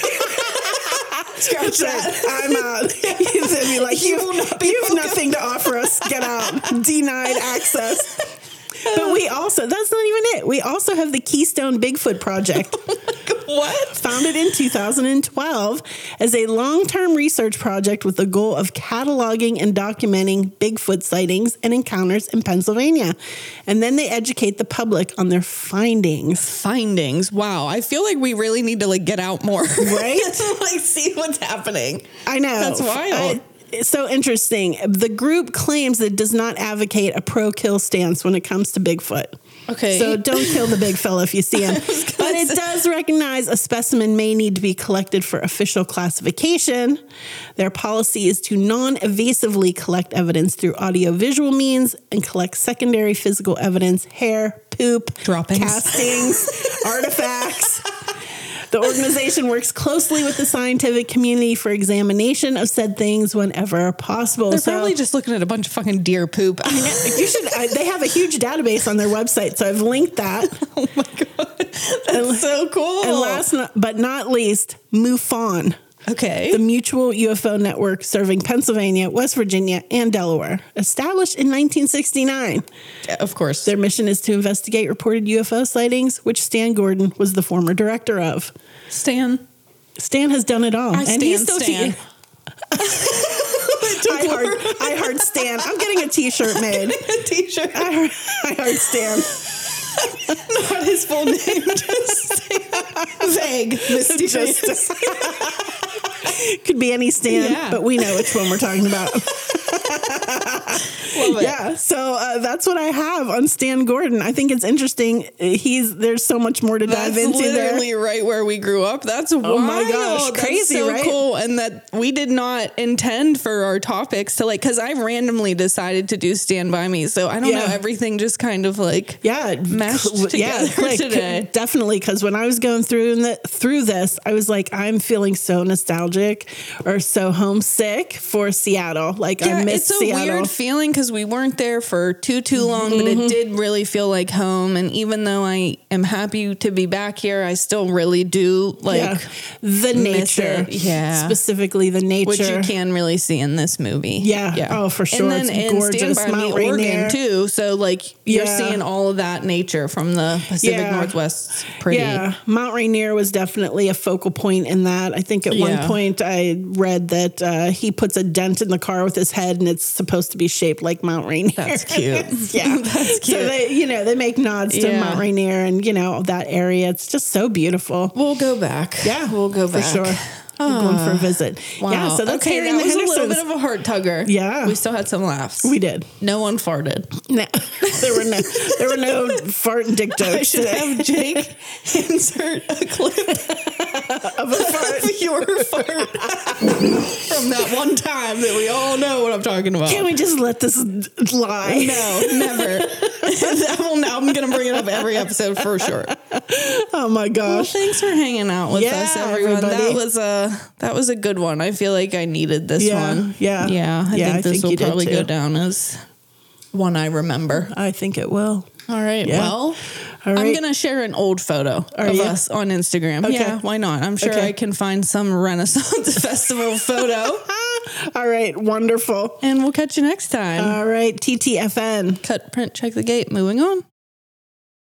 A: Scratch that.
B: I'm out. He's gonna be like,
A: You
B: you,
A: will not
B: have
A: be
B: you've
A: welcome."
B: nothing to offer us. Get out. Denied access. But we also, that's not even it. We also have the Keystone Bigfoot Project.
A: What?
B: founded in 2012 as a long term research project with the goal of cataloging and documenting Bigfoot sightings and encounters in Pennsylvania. And then they educate the public on their findings.
A: Findings. Wow, I feel like we really need to like get out more,
B: Right?
A: like see what's happening.
B: I know.
A: That's wild.
B: I- it's so interesting. The group claims that it does not advocate a pro kill stance when it comes to Bigfoot.
A: Okay.
B: So don't kill the big fella if you see him. but it does recognize a specimen may need to be collected for official classification. Their policy is to non evasively collect evidence through audiovisual means and collect secondary physical evidence, hair, poop,
A: Droppings.
B: castings, artifacts. The organization works closely with the scientific community for examination of said things whenever possible.
A: They're
B: So-
A: probably just looking at a bunch of fucking deer poop. Oh
B: I know. you should. I, they have a huge database on their website, so I've linked that.
A: oh my god, that's so cool.
B: And last no- but not least, MUFON,
A: okay,
B: the mutual UFO network serving Pennsylvania, West Virginia, and Delaware, established in 1969.
A: of course.
B: Their mission is to investigate reported UFO sightings, which Stan Gordon was the former director of.
A: Stan,
B: Stan has done it all,
A: I stand Stan.
B: I heard, I heard Stan. I'm getting a T-shirt made.
A: a t-shirt,
B: I heard, I heard Stan.
A: not his full name, just vague, mysterious.
B: Just- Could be any Stan,
A: Yeah.
B: but we know which one we're talking about.
A: Love it.
B: yeah, so uh, that's what I have on Stan Gordon. I think it's interesting. Uh, He's there's so much more to
A: That's
B: dive into there. Oh
A: literally right where we grew up. That's wild.
B: my gosh,
A: That's
B: crazy,
A: so
B: right?
A: cool. And that we did not intend for our topics to like because I randomly decided to do Stand By Me. So I don't
B: Yeah.
A: know. Everything just kind of like
B: Yeah,
A: Mashed
B: cl-
A: together
B: like,
A: today.
B: Definitely, because when I was going through in the, through this, I was like, I'm feeling so nostalgic or so homesick for Seattle. Like I
A: Yeah,
B: miss
A: it's a
B: Seattle. Mm-hmm.
A: weird feeling because we weren't there for too too long, but it did really feel like home. And even though I am happy to be back here, I still really do like
B: yeah. the
A: miss
B: nature,
A: it. Yeah.
B: specifically the nature.
A: which you can really see in this movie.
B: Yeah. Oh, for sure.
A: And then
B: It's
A: in
B: gorgeous.
A: Stand by
B: Mount
A: Me, Oregon
B: Rainier.
A: too. So like you're
B: Yeah.
A: seeing all of that nature from the Pacific
B: Yeah.
A: Northwest. Pretty.
B: Yeah, Mount Rainier was definitely a focal point in that. I think at
A: Yeah.
B: one point I read that uh, he puts a dent in the car with his head, and it's supposed to be shaped like Mount Rainier.
A: That's cute.
B: yeah,
A: That's
B: So
A: cute.
B: they, you know, they make nods to
A: Yeah.
B: Mount Rainier and you know that area. It's just so beautiful.
A: We'll go back.
B: Yeah,
A: We'll go back. Ah.
B: for sure. We're going for a visit.
A: Wow.
B: Yeah, so that's
A: okay,
B: Harry
A: that
B: and the
A: was a little
B: Hendersons.
A: bit of a heart tugger.
B: Yeah.
A: We still had some laughs.
B: we did.
A: no one farted.
B: No, there were no, there were no fart and dick
A: I
B: jokes
A: should
B: today.
A: have Jake insert a clip
B: Of a fart.
A: of your fart from that one time that we all know what I'm talking about.
B: Can we just let this lie?
A: No, never. that will now. I'm going to bring it up every episode for sure.
B: Oh my
A: Well,
B: gosh.
A: thanks for hanging out with
B: Yeah,
A: us, everyone. That
B: everybody.
A: was a that was a good one. I feel like I needed this
B: Yeah,
A: one.
B: yeah.
A: yeah. I
B: Yeah, I
A: think this
B: think you
A: will
B: did
A: probably go
B: too.
A: down as one I remember.
B: I think it will.
A: All right.
B: Yeah.
A: Well,
B: All
A: I'm
B: right.
A: gonna share an old photo
B: Are
A: of
B: you?
A: us on Instagram.
B: Okay.
A: Yeah, why not? I'm sure
B: Okay.
A: I can find some Renaissance Festival photo,
B: Ah, All right, wonderful. Uh,
A: and we'll catch you next time.
B: All right, TTFN.
A: Cut, print, check the gate. Moving on.